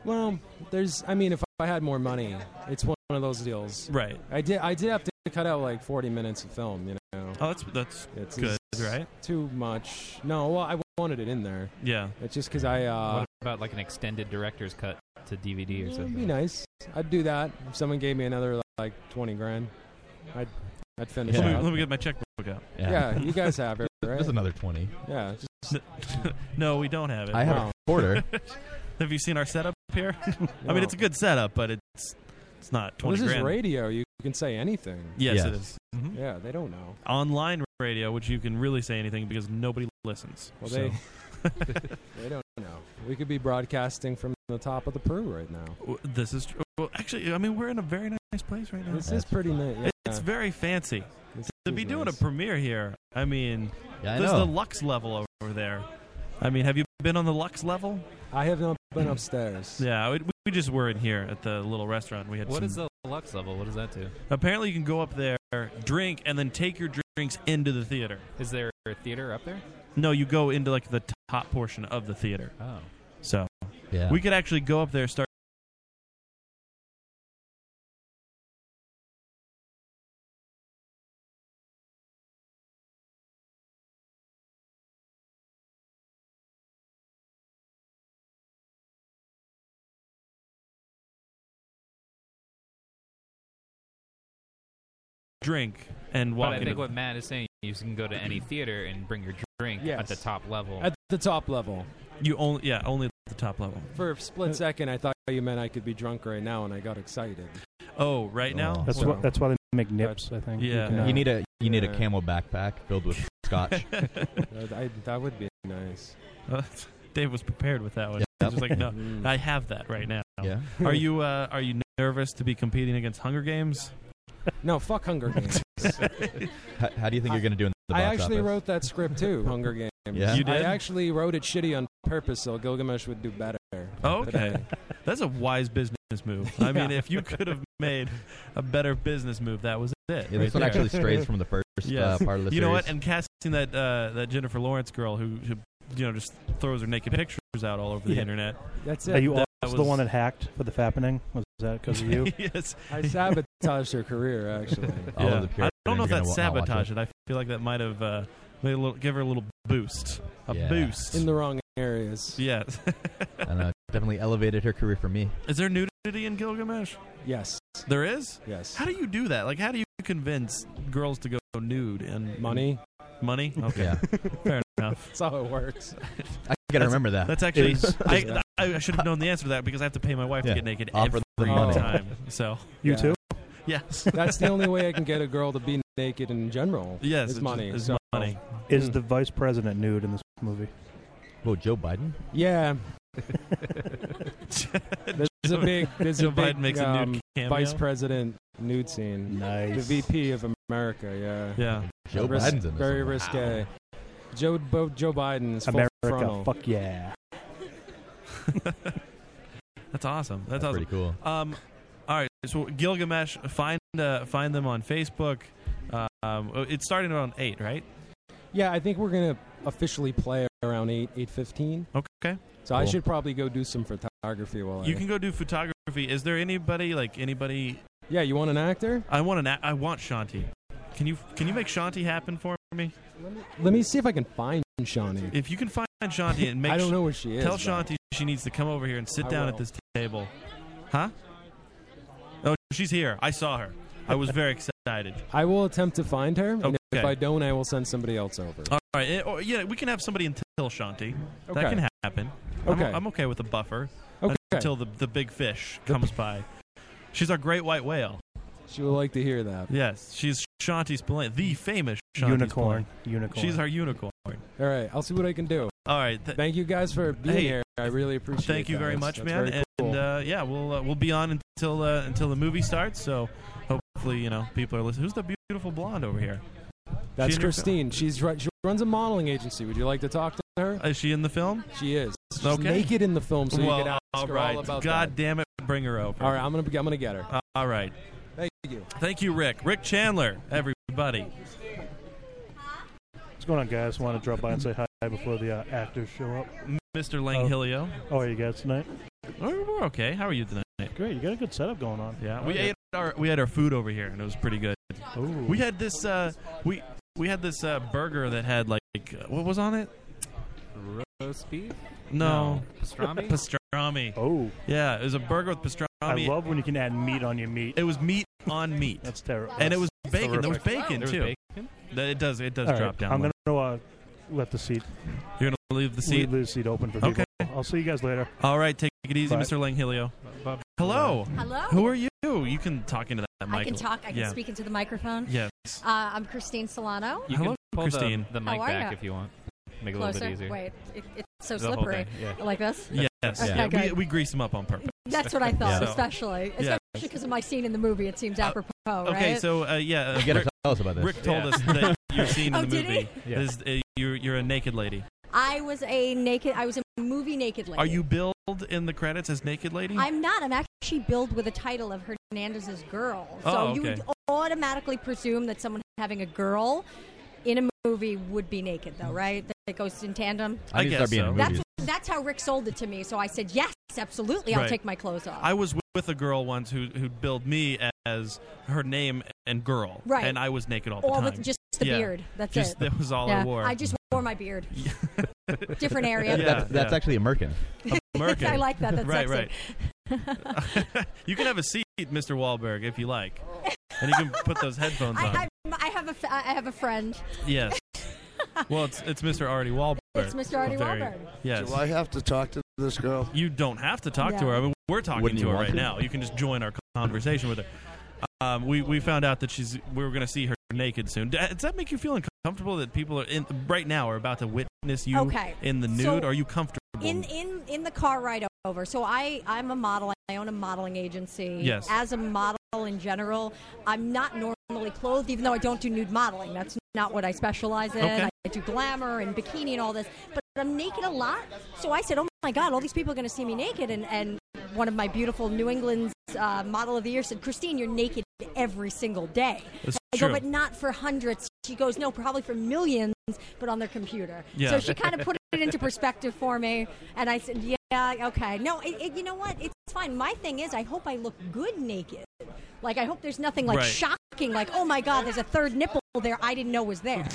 Speaker 8: Well, there's. I mean, if I had more money, it's one of those deals.
Speaker 5: right?
Speaker 8: I did. I did have to cut out like 40 minutes of film. You know,
Speaker 5: Oh, that's that's
Speaker 8: it's
Speaker 5: good,
Speaker 8: it's
Speaker 5: right?
Speaker 8: Too much. No, well, I wanted it in there.
Speaker 5: Yeah,
Speaker 8: It's just because I. Uh,
Speaker 7: what about like an extended director's cut to DVD
Speaker 8: Yeah,
Speaker 7: or
Speaker 8: It'd Mm, be
Speaker 7: something?
Speaker 8: nice. I'd do that if someone gave me another like twenty grand. I'd I'd finish
Speaker 5: Let,
Speaker 8: it
Speaker 5: me,
Speaker 8: out.
Speaker 5: let me get my checkbook out. (laughs)
Speaker 8: yeah.
Speaker 6: (laughs)
Speaker 8: you guys have it, right?
Speaker 6: There's another 20.
Speaker 8: yeah. just-
Speaker 5: no, we don't have it.
Speaker 6: I have
Speaker 8: Wow.
Speaker 6: a quarter.
Speaker 5: (laughs) have you seen our setup here? (laughs) I
Speaker 8: no.
Speaker 5: mean, it's a good setup, but it's it's not
Speaker 8: Well,
Speaker 5: twenty
Speaker 8: this is
Speaker 5: grand.
Speaker 8: radio. You can say anything.
Speaker 5: Yes, it
Speaker 6: Yes.
Speaker 5: is. Mhm.
Speaker 8: Yeah, they don't know.
Speaker 5: Online radio, which you can really say anything because nobody listens.
Speaker 8: Well,
Speaker 5: So-
Speaker 8: they (laughs) they don't know. We could be broadcasting from the top of the Peru right now.
Speaker 5: (laughs) W- This is tr- well, actually. I mean, we're in a very nice place right now.
Speaker 8: This is
Speaker 6: That's
Speaker 8: pretty neat. Yeah,
Speaker 5: It- It's very fancy
Speaker 8: this
Speaker 5: to
Speaker 8: is
Speaker 5: be doing a
Speaker 8: nice.
Speaker 5: premiere here. I mean,
Speaker 6: (laughs) Yeah, I
Speaker 5: there's the
Speaker 6: know.
Speaker 5: Lux level over there. I mean, have you been on the Lux level?
Speaker 8: I have not been upstairs.
Speaker 5: Yeah, we, we just were in here at the little restaurant. We had
Speaker 7: What
Speaker 5: some-
Speaker 7: is the lux level? What does that do?
Speaker 5: Apparently, you can go up there, drink, and then take your drinks into the theater.
Speaker 7: Is there a theater up there?
Speaker 5: No, you go into like the top portion of the theater.
Speaker 7: Oh,
Speaker 5: So
Speaker 6: Yeah.
Speaker 5: we could actually go up there, start drink and walk
Speaker 7: but I
Speaker 5: into
Speaker 7: think what Matt is saying, you can go to any theater and bring your drink at
Speaker 8: Yes.
Speaker 7: the top level.
Speaker 8: At the top level.
Speaker 5: you only yeah only at the top level
Speaker 8: For a split second, I thought you meant I could be drunk right now, and I got
Speaker 5: (laughs)
Speaker 8: excited.
Speaker 5: oh right now
Speaker 6: Oh.
Speaker 9: That's
Speaker 8: Well-
Speaker 9: what. That's why they make nips. I think.
Speaker 5: Yeah.
Speaker 9: can, uh,
Speaker 6: you need a you need
Speaker 8: Yeah.
Speaker 6: a camel backpack filled
Speaker 8: (laughs)
Speaker 6: with scotch.
Speaker 8: Uh, I, that would be nice.
Speaker 5: (laughs) Dave was prepared with that one
Speaker 6: Yeah.
Speaker 5: He was like no
Speaker 8: Mm.
Speaker 5: Uh, I have that right now
Speaker 6: yeah.
Speaker 5: are you uh, are you nervous to be competing against Hunger Games
Speaker 8: No, fuck
Speaker 5: (laughs)
Speaker 8: Hunger Games.
Speaker 6: How, how do you think
Speaker 8: I-
Speaker 6: you're going to do in the
Speaker 8: I
Speaker 6: box
Speaker 8: actually
Speaker 6: office?
Speaker 8: wrote that script too, Hunger Games.
Speaker 6: Yeah.
Speaker 5: (laughs) You
Speaker 8: I
Speaker 5: did?
Speaker 8: actually wrote it shitty on purpose so Gilgamesh would do better.
Speaker 5: Oh, okay.
Speaker 8: But I-
Speaker 5: That's a wise business move. I mean, if you could have made a better business move, that was it.
Speaker 6: Yeah, this
Speaker 8: (laughs)
Speaker 6: one actually strays from the first, uh, part of the
Speaker 5: You know what?
Speaker 6: series.
Speaker 5: And casting that uh, that Jennifer Lawrence girl who, who you know just throws her naked pictures out all over the
Speaker 9: Yeah.
Speaker 5: internet.
Speaker 9: Are you
Speaker 5: That
Speaker 9: also
Speaker 5: was-
Speaker 9: the one that hacked for the fappening? Was that because of you?
Speaker 5: yes.
Speaker 8: I sabotaged her career,
Speaker 5: (laughs)
Speaker 8: actually.
Speaker 6: All
Speaker 5: Yeah.
Speaker 6: of the
Speaker 5: I
Speaker 6: Puritans
Speaker 5: don't know if
Speaker 6: are
Speaker 5: that's
Speaker 6: gonna wa- not watch
Speaker 5: sabotage it. I feel like that might have uh, made a little, give her a little boost, a
Speaker 6: Yeah.
Speaker 5: boost.
Speaker 8: In the wrong areas.
Speaker 5: yeah.
Speaker 6: And uh, definitely elevated her career for me.
Speaker 5: (laughs) Is there nudity in Gilgamesh?
Speaker 8: Yes.
Speaker 5: There is.
Speaker 8: Yes.
Speaker 5: How do you do that? Like, how do you convince girls to go nude and
Speaker 8: Money.
Speaker 6: (laughs)
Speaker 5: Money? (laughs) Okay,
Speaker 6: Yeah,
Speaker 5: fair enough.
Speaker 8: That's how it works.
Speaker 6: I gotta remember that.
Speaker 5: That's actually
Speaker 9: Is-
Speaker 5: I, I, I should have known the answer to that because I have to pay my wife
Speaker 6: Yeah.
Speaker 5: to get naked
Speaker 6: Offer the
Speaker 5: every
Speaker 8: money.
Speaker 5: time. So
Speaker 9: (laughs)
Speaker 5: (laughs)
Speaker 9: You
Speaker 8: Yeah.
Speaker 9: too?
Speaker 5: yes,
Speaker 8: That's the only way I can get a girl to be naked in general.
Speaker 5: (laughs) yes,
Speaker 8: Is
Speaker 5: it's
Speaker 8: money.
Speaker 5: It's
Speaker 8: So- (laughs)
Speaker 5: money.
Speaker 9: Is
Speaker 8: Mm.
Speaker 9: the vice president nude in this
Speaker 5: (laughs)
Speaker 9: movie?
Speaker 6: Whoa, Joe Biden.
Speaker 8: Yeah. There's a
Speaker 5: (laughs)
Speaker 8: big. There's
Speaker 5: Joe
Speaker 8: a big,
Speaker 5: Biden makes a
Speaker 8: um,
Speaker 5: nude cameo.
Speaker 8: vice president nude scene. The
Speaker 9: Nice.
Speaker 8: VP of America. Yeah.
Speaker 5: yeah, (laughs)
Speaker 6: Joe
Speaker 8: Ris-
Speaker 6: Biden's in this.
Speaker 8: Very
Speaker 6: one.
Speaker 8: risque. Joe Bo- Joe Biden is full
Speaker 9: America,
Speaker 8: frontal.
Speaker 9: fuck yeah.
Speaker 5: that's awesome.
Speaker 6: That's
Speaker 5: That's, awesome.
Speaker 6: pretty cool.
Speaker 5: Um, all right. So Gilgamesh, find uh, find them on Facebook. Um, it's starting around eight, right?
Speaker 8: Yeah, I think we're gonna officially play around eight eight fifteen.
Speaker 5: Okay.
Speaker 8: So I
Speaker 6: Cool.
Speaker 8: should probably go do some photography while
Speaker 5: You
Speaker 8: I.
Speaker 5: can go do photography. Is there anybody like anybody?
Speaker 8: yeah, you want an actor?
Speaker 5: I want an. a- I want Shanti. Can you can you make Shanti happen for me?
Speaker 8: Let me see if I can find Shawnee.
Speaker 5: If you can find Shanti
Speaker 8: (laughs)
Speaker 5: and make
Speaker 8: I don't know where she is.
Speaker 5: tell
Speaker 8: though.
Speaker 5: Shanti she needs to come over here and sit
Speaker 8: I
Speaker 5: down at
Speaker 8: will.
Speaker 5: this table. Huh? Oh, she's here. I saw her. I was very
Speaker 8: (laughs)
Speaker 5: excited.
Speaker 8: I will attempt to find her, and if
Speaker 5: Okay.
Speaker 8: I don't, I will send somebody else over.
Speaker 5: All right. eh, Or, yeah, we can have somebody until Shanti. That
Speaker 8: Okay.
Speaker 5: can happen. I'm-
Speaker 8: Okay.
Speaker 5: I'm, okay with a buffer
Speaker 8: okay.
Speaker 5: until the, the big fish comes by. She's our great white whale.
Speaker 8: she would like to hear that.
Speaker 5: Yes, she's Shanti Spillane, the famous Shanti
Speaker 9: Unicorn. Unicorn.
Speaker 5: Spillane. She's our unicorn.
Speaker 8: All right, I'll see what I can do.
Speaker 5: All right. th-
Speaker 8: Thank you guys for being
Speaker 5: Hey,
Speaker 8: here. I really appreciate.
Speaker 5: thank you
Speaker 8: that.
Speaker 5: very
Speaker 8: That's- that's
Speaker 5: much, man.
Speaker 8: very cool.
Speaker 5: And uh, yeah, we'll uh, we'll be on until uh, until the movie starts. So hopefully, you know, people are listening. Who's the beautiful blonde over here?
Speaker 8: That's
Speaker 5: she-
Speaker 8: Christine. She's right. She runs a modeling agency. Would you like to talk to her?
Speaker 5: Is she in the film?
Speaker 8: She is. She's
Speaker 5: Okay.
Speaker 8: naked in the film, so
Speaker 5: well,
Speaker 8: you can
Speaker 5: all
Speaker 8: ask her
Speaker 5: right.
Speaker 8: all about
Speaker 5: God
Speaker 8: that.
Speaker 5: damn it, bring her over.
Speaker 8: All right, I'm gonna be- I'm gonna get her.
Speaker 5: Uh, all right.
Speaker 8: Thank you.
Speaker 5: Thank you, Rick. Rick Chandler, everybody.
Speaker 9: What's going on, guys? Want to drop by and say hi before the uh, actors show up?
Speaker 5: Mr. Lang
Speaker 9: Oh.
Speaker 5: Hilio.
Speaker 9: How are you guys tonight?
Speaker 5: We're, we're okay. How are you tonight?
Speaker 9: Great. You got a good setup going on.
Speaker 5: Yeah, we ate our we had our food over here, and it was pretty good.
Speaker 9: Ooh.
Speaker 5: We had this uh, we we had this uh, burger that had like uh, what was on it?
Speaker 7: Roast beef?
Speaker 5: No,
Speaker 7: Pastrami?
Speaker 5: pastrami.
Speaker 9: Oh,
Speaker 5: Yeah, it was a burger with pastrami.
Speaker 9: I love when you can add meat on your meat.
Speaker 5: it was meat on meat,
Speaker 9: That's terrible.
Speaker 5: and it was bacon. There was
Speaker 7: terrific.
Speaker 5: bacon
Speaker 7: There was
Speaker 5: too.
Speaker 7: bacon?
Speaker 5: That- It does it does
Speaker 9: All right,
Speaker 5: drop down.
Speaker 9: I'm
Speaker 5: low.
Speaker 9: going to uh, let the seat,
Speaker 5: You're gonna leave the
Speaker 9: leave
Speaker 5: seat.
Speaker 9: the seat open for people.
Speaker 5: Okay.
Speaker 9: I'll see you guys later.
Speaker 5: All right, take it easy,
Speaker 9: Bye.
Speaker 5: Mr. Langhilio. Hello.
Speaker 10: Hello.
Speaker 5: Who are you? You can talk into that mic.
Speaker 10: I can talk. I can
Speaker 5: yeah.
Speaker 10: speak into the microphone.
Speaker 5: Yes.
Speaker 10: Uh, I'm Christine Solano.
Speaker 7: You
Speaker 5: Hello,
Speaker 7: can pull the-
Speaker 5: Christine.
Speaker 7: The, mic
Speaker 10: How are
Speaker 7: back
Speaker 10: ya?
Speaker 7: if you want. Make it a little
Speaker 10: Oh, Closer.
Speaker 7: bit easier.
Speaker 10: Wait, it, it's so
Speaker 7: The whole
Speaker 10: slippery.
Speaker 7: thing, yeah.
Speaker 10: Like this.
Speaker 5: Yes.
Speaker 10: Okay,
Speaker 5: Yeah, we,
Speaker 10: good.
Speaker 5: we grease them up on purpose.
Speaker 10: That's what I thought,
Speaker 5: Yeah.
Speaker 10: especially,
Speaker 5: Yeah.
Speaker 10: especially because of my scene in the movie. It seems
Speaker 5: Uh,
Speaker 10: apropos,
Speaker 5: Okay,
Speaker 10: right?
Speaker 5: so uh, yeah, uh,
Speaker 6: You gotta
Speaker 5: Rick,
Speaker 6: tell us about this.
Speaker 5: Rick told
Speaker 7: Yeah.
Speaker 5: us that
Speaker 10: (laughs)
Speaker 5: you're seen in
Speaker 10: Oh,
Speaker 5: the
Speaker 10: did he?
Speaker 5: movie.
Speaker 7: Yeah.
Speaker 5: Is, uh, you're, you're a naked lady.
Speaker 10: I was a naked. I was a movie naked lady.
Speaker 5: Are you billed in the credits as naked lady?
Speaker 10: I'm not. I'm actually billed with the title of Hernandez's girl. So
Speaker 5: Oh,
Speaker 10: you
Speaker 5: okay.
Speaker 10: would automatically presume that someone having a girl in a movie would be naked, though, right? That, that goes in tandem.
Speaker 6: I,
Speaker 5: I
Speaker 6: need to
Speaker 5: guess
Speaker 6: start being
Speaker 5: so.
Speaker 6: in
Speaker 10: That's
Speaker 6: movies.
Speaker 10: that's how Rick sold it to me. So I said yes, absolutely. I'll
Speaker 5: Right.
Speaker 10: take my clothes off.
Speaker 5: I was with a girl once who who billed me as her name and girl,
Speaker 10: Right.
Speaker 5: And I was naked all the
Speaker 10: or
Speaker 5: time.
Speaker 10: with just the
Speaker 5: Yeah.
Speaker 10: beard. That's
Speaker 5: Just-
Speaker 10: it.
Speaker 5: that was all I
Speaker 10: yeah.
Speaker 5: (laughs) wore.
Speaker 10: I just wore my beard.
Speaker 5: Yeah.
Speaker 10: Different area.
Speaker 5: Yeah,
Speaker 6: that's, that's
Speaker 5: yeah.
Speaker 6: actually American.
Speaker 10: (laughs)
Speaker 5: Merkin.
Speaker 10: I like that. That's
Speaker 5: right,
Speaker 10: sexy.
Speaker 5: right. (laughs) you can have a seat, Mr. Wahlberg, if you like, and you can put those headphones on.
Speaker 10: (laughs) I, I, I have a f- I have a friend.
Speaker 5: yes. Well, it's it's Mr. Artie Wahlberg.
Speaker 10: It's Mr. Artie
Speaker 5: A very-
Speaker 10: Wahlberg.
Speaker 5: Yes.
Speaker 11: Do I have to talk to this
Speaker 9: (laughs)
Speaker 11: girl?
Speaker 5: You don't have to talk to
Speaker 10: No.
Speaker 5: her. I mean, we're talking
Speaker 6: Wouldn't
Speaker 5: to
Speaker 6: you
Speaker 5: her
Speaker 6: want
Speaker 5: right
Speaker 6: to?
Speaker 5: now. You can just join our conversation with her. Um, we we found out that she's we were going to see her naked soon. D- Does that make you feel uncomfortable that people are in right now are about to witness you
Speaker 10: Okay.
Speaker 5: in the nude?
Speaker 10: So,
Speaker 5: are you comfortable?
Speaker 10: In in in the car ride over. So I I'm a model. I own a modeling agency.
Speaker 5: Yes.
Speaker 10: As a model in general, I'm not normally clothed, even though I don't do nude modeling. That's not what I specialize in.
Speaker 5: Okay.
Speaker 10: I do glamour and bikini and all this, but I'm naked a lot. So I said, oh my god, all these people are going to see me naked, and and one of my beautiful New England's uh, model of the year said, Christine, you're naked every single day.
Speaker 5: That's
Speaker 10: I go,
Speaker 5: true.
Speaker 10: but not for hundreds. She goes, no, probably for millions, but on their computer.
Speaker 5: Yeah.
Speaker 10: So she kind of put it into perspective for me, and I said, yeah, okay. No, it, it, you know what? It's fine. My thing is, I hope I look good naked. Like, I hope there's nothing like
Speaker 7: Right.
Speaker 10: shocking, like, oh my God, there's a third nipple there I didn't know was
Speaker 5: (laughs)
Speaker 10: there.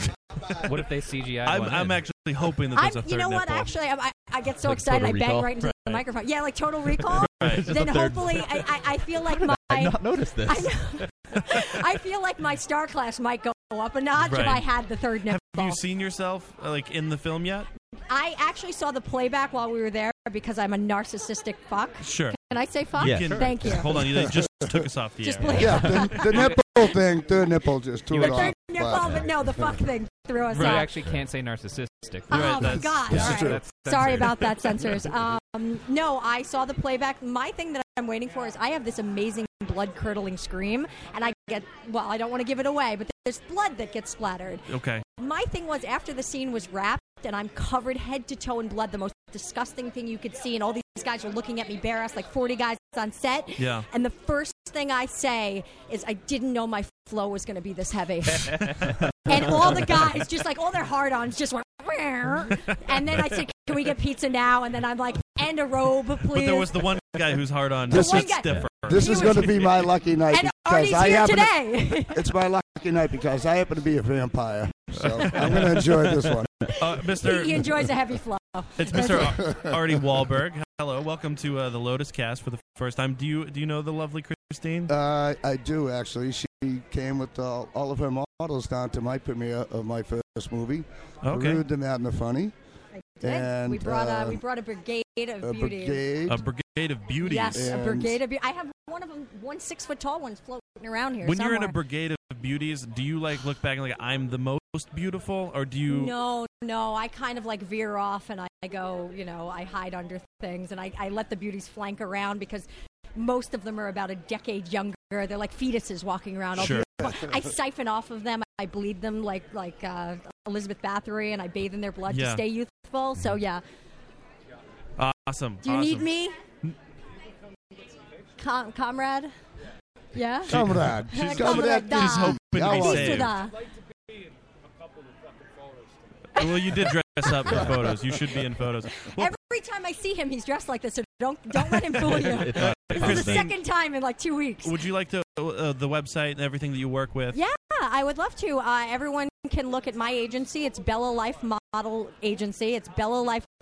Speaker 7: what if they CGI?
Speaker 5: I'm,
Speaker 7: one
Speaker 5: I'm
Speaker 7: in?
Speaker 5: actually hoping that
Speaker 10: I'm,
Speaker 5: there's a third
Speaker 10: you know what?
Speaker 5: nipple.
Speaker 10: Actually, (laughs) I, I, I get so
Speaker 5: Like
Speaker 10: excited I
Speaker 5: Total
Speaker 10: bang
Speaker 5: Recall?
Speaker 10: right into the
Speaker 5: Right.
Speaker 10: microphone. Yeah, like Total Recall.
Speaker 5: (laughs) Right. It's just
Speaker 10: Then
Speaker 5: a third-
Speaker 10: hopefully, I, I, I feel
Speaker 6: (laughs)
Speaker 10: like my
Speaker 6: I've not noticed this.
Speaker 10: I, know. I feel like my star class might go up a notch if
Speaker 5: Right.
Speaker 10: I had the third nipple.
Speaker 5: Have you seen yourself uh, like in the film yet?
Speaker 10: I actually saw the playback while we were there because I'm a narcissistic fuck.
Speaker 5: Sure.
Speaker 10: Can I say fuck?
Speaker 5: You can-
Speaker 10: Thank you.
Speaker 5: Hold on, you like, just took us off the
Speaker 10: Just
Speaker 5: air.
Speaker 10: play-
Speaker 11: Yeah, the, the nipple thing, third nipple just threw
Speaker 7: You
Speaker 11: it
Speaker 7: actually-
Speaker 11: off.
Speaker 10: Third nipple, but no, the fuck thing threw us
Speaker 7: You
Speaker 10: off.
Speaker 7: actually can't say narcissistic.
Speaker 10: Oh my god! All right. Sorry about that,
Speaker 5: (laughs)
Speaker 10: censors. Um, no, I saw the playback. My thing that I'm waiting for is I have this amazing blood curdling scream, and I get well. I don't want to give it away, but there's blood that gets splattered.
Speaker 5: Okay.
Speaker 10: My thing was after the scene was wrapped, and I'm covered head to toe in blood, the most disgusting thing you could see, and all these guys are looking at me bare ass, like 40 guys on set.
Speaker 5: Yeah.
Speaker 10: And the first thing I say is, I didn't know my flow was going to be this
Speaker 5: (laughs)
Speaker 10: heavy. and all the guys, just like all their hard ons, just went. "Meow." And then I said, "Can we get pizza now?" And then I'm like, "And a robe, please."
Speaker 5: But there was the one guy who's hard on
Speaker 11: This
Speaker 5: one
Speaker 11: is-
Speaker 5: stiffer.
Speaker 11: This is going to be my lucky night
Speaker 10: And
Speaker 11: because
Speaker 10: Arnie's
Speaker 11: I
Speaker 10: here
Speaker 11: happen
Speaker 10: today.
Speaker 11: To, (laughs) it's my lucky night because I happen to be a vampire, so
Speaker 10: (laughs)
Speaker 11: I'm going to enjoy this one. (laughs)
Speaker 5: Uh, Mr.
Speaker 10: he enjoys a heavy flow.
Speaker 5: It's Mr. Ar- Artie Wahlberg. Hello, welcome to uh, the Lotus Cast for the first time. Do you do you know the lovely Christine?
Speaker 11: Uh, I do actually. She came with uh, all of her models down to my premiere of my first movie,
Speaker 5: Okay.
Speaker 11: Rude, the Mad, and the Funny, and
Speaker 10: we brought
Speaker 11: uh,
Speaker 10: a we brought a brigade of
Speaker 11: a
Speaker 10: beauty.
Speaker 11: brigade.
Speaker 5: A brigade of beauties.
Speaker 10: Yes, a
Speaker 11: And-
Speaker 10: brigade of beauty. I have one of them, one six foot tall one's floating around here.
Speaker 5: When
Speaker 10: somewhere.
Speaker 5: you're in a brigade of beauties, do you like look back and like I'm the most beautiful, or do you?
Speaker 10: No, no. I kind of like veer off and I, I go, you know, I hide under things and I, I let the beauties flank around because most of them are about a decade younger. They're like fetuses walking around. all
Speaker 5: Sure.
Speaker 10: beautiful. I siphon off of them. I bleed them like like uh, Elizabeth Bathory and I bathe in their blood to
Speaker 5: Yeah.
Speaker 10: stay youthful. So, yeah.
Speaker 5: Awesome.
Speaker 10: Do you need
Speaker 5: awesome.
Speaker 10: me? Com- comrade? Yeah?
Speaker 11: Comrade,
Speaker 5: She's-
Speaker 11: comrade,
Speaker 10: Comrade,
Speaker 5: She's hoping to be
Speaker 11: Comrade.
Speaker 5: saved.
Speaker 10: Comrade.
Speaker 5: Well, you did dress up for photos. You should be in photos. Well,
Speaker 10: Every time I see him, he's dressed like this. So don't don't let him fool
Speaker 5: (laughs)
Speaker 10: you.
Speaker 6: It's not
Speaker 10: This is the
Speaker 5: Christine,
Speaker 10: second time in like two weeks.
Speaker 5: would you like to uh, the website and everything that you work with?
Speaker 10: Yeah, I would love to. Uh, everyone can look at my agency. It's Bella Life Model Agency. It's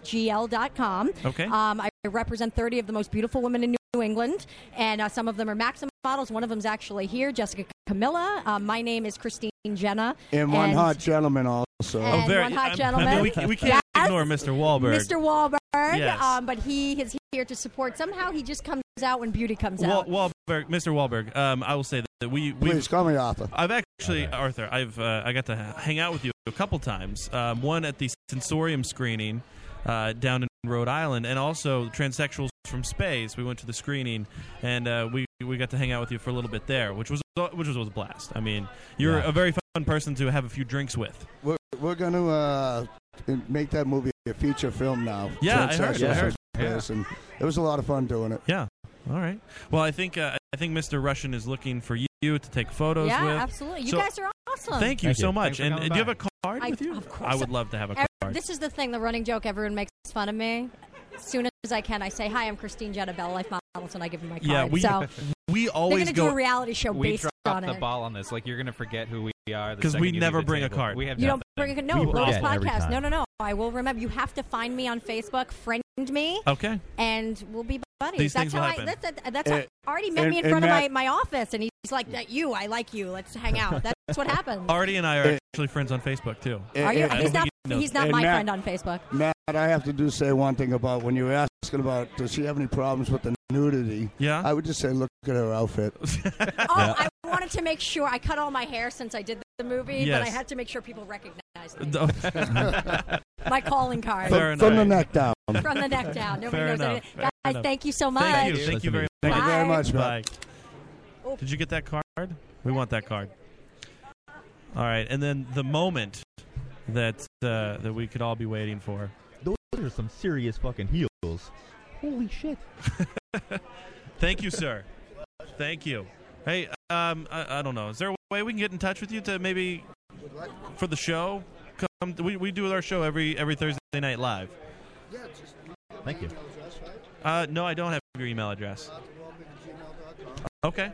Speaker 10: bellalifegl.com.
Speaker 5: Okay.
Speaker 10: Um, I represent 30 of the most beautiful women in New England, and uh, some of them are Maxim models. One of them's actually here, Jessica Camilla. Uh, my name is Christine Jenna.
Speaker 11: and one hot gentleman also.
Speaker 10: and
Speaker 5: Oh, very.
Speaker 10: one hot
Speaker 5: I- I
Speaker 10: gentleman.
Speaker 5: mean, (laughs) we, we can't
Speaker 10: Yes.
Speaker 5: ignore Mr. Wahlberg.
Speaker 10: Mr. Wahlberg.
Speaker 5: Yes.
Speaker 10: Um, but he is here to support. Somehow he just comes out when beauty comes
Speaker 5: Wa-
Speaker 10: out.
Speaker 5: Wahlberg, Mr. Wahlberg. Um, I will say that we we
Speaker 11: Please call me Arthur.
Speaker 5: I've actually Arthur. I've uh, I got to ha- hang out with you a couple times. Um, one at the Sensorium screening uh, down in Rhode Island, and also Transsexuals from Space. We went to the screening, and uh, we we got to hang out with you for a little bit there, which was which was, was a blast. I mean, you're
Speaker 6: Yeah.
Speaker 5: a very fun person to have a few drinks with.
Speaker 11: We're, we're going to uh, make that movie a feature film now.
Speaker 5: Yeah, I heard,
Speaker 11: Transsexuals
Speaker 5: I heard.
Speaker 11: and Queers, and it was a lot of fun doing it.
Speaker 5: Yeah. All right. Well, I think uh, I think Mr. Russian is looking for you to take photos
Speaker 10: yeah,
Speaker 5: with.
Speaker 10: absolutely. You
Speaker 5: So-
Speaker 10: guys are awesome.
Speaker 5: Thank you
Speaker 6: Thank
Speaker 5: so
Speaker 6: you.
Speaker 5: much.
Speaker 7: Thanks for
Speaker 5: And
Speaker 7: coming
Speaker 5: do you have
Speaker 7: by.
Speaker 5: a card
Speaker 10: I-
Speaker 5: with you?
Speaker 10: of course
Speaker 5: I would love to have a
Speaker 10: Ev-
Speaker 5: card.
Speaker 10: This is the thing, the running joke. Everyone makes fun of me. As soon as I can, I say, "Hi, I'm Christine Jetta, Bell Life Models," and I give them my card.
Speaker 5: yeah, we
Speaker 10: so
Speaker 5: (laughs) we
Speaker 10: they're going
Speaker 5: always
Speaker 10: to do
Speaker 5: go
Speaker 10: a reality show
Speaker 7: We
Speaker 10: based
Speaker 7: dropped
Speaker 10: on
Speaker 7: the
Speaker 10: it.
Speaker 7: ball on this. Like you're gonna forget who we are the
Speaker 5: 'Cause we
Speaker 7: second you
Speaker 5: never
Speaker 7: leave the
Speaker 5: bring a
Speaker 7: table.
Speaker 5: card.
Speaker 7: We have
Speaker 10: You don't
Speaker 7: nothing.
Speaker 10: bring a no.
Speaker 5: We
Speaker 10: Lotus
Speaker 6: forget every
Speaker 10: podcast.
Speaker 6: time.
Speaker 10: No, no, no. I will remember. You have to find me on Facebook, friend me,
Speaker 5: Okay.
Speaker 10: and we'll be buddies.
Speaker 5: These
Speaker 10: that's
Speaker 5: things
Speaker 10: how
Speaker 5: will
Speaker 10: I.
Speaker 5: happen.
Speaker 10: That's, that's
Speaker 5: Eh,
Speaker 11: And-
Speaker 10: how Artie met
Speaker 11: and-
Speaker 10: me in
Speaker 11: and
Speaker 10: front
Speaker 11: Matt-
Speaker 10: of my, my office, and he's like, "That you, I like you. Let's hang
Speaker 6: (laughs)
Speaker 10: out." That's what
Speaker 5: (laughs)
Speaker 10: happens.
Speaker 5: Artie and I are actually friends on Facebook too.
Speaker 10: Are you?
Speaker 11: And-
Speaker 5: eh,
Speaker 11: and-
Speaker 10: He's not.
Speaker 5: he knows.
Speaker 10: He's not
Speaker 11: And
Speaker 10: my
Speaker 11: Matt-
Speaker 10: friend on Facebook.
Speaker 11: Matt, I have to do say one thing about when you were asking about does she have any problems with the nudity.
Speaker 5: Yeah. (laughs)
Speaker 11: I would just say look at her outfit.
Speaker 10: Oh, I wanted to make sure I cut all my hair since I did the movie, but I
Speaker 5: Yes.
Speaker 10: had to make sure people recognized me.
Speaker 5: No.
Speaker 10: my calling card
Speaker 5: Fair
Speaker 11: From the
Speaker 5: enough.
Speaker 11: neck down.
Speaker 10: from the neck down. Nobody
Speaker 5: Fair
Speaker 10: knows
Speaker 5: enough.
Speaker 10: anything.
Speaker 5: Fair
Speaker 10: Guys,
Speaker 5: enough.
Speaker 10: thank you so much.
Speaker 5: Thank you.
Speaker 6: Bye.
Speaker 5: Thank you very
Speaker 11: Thank
Speaker 5: much.
Speaker 11: you very much, Matt.
Speaker 5: Bye. Did you get that card? We want that card. All right, and then the moment that uh, that we could all be waiting for.
Speaker 6: Those are some serious fucking heels. Holy shit.
Speaker 5: (laughs) Thank you, sir. Thank you. Hey, um, I, I don't know. Is there a way we can get in touch with you to maybe for the show? Come, we, we do our show every every Thursday night live.
Speaker 11: Yeah, just.
Speaker 6: Thank you.
Speaker 5: Uh, no, I don't have your email address. Okay.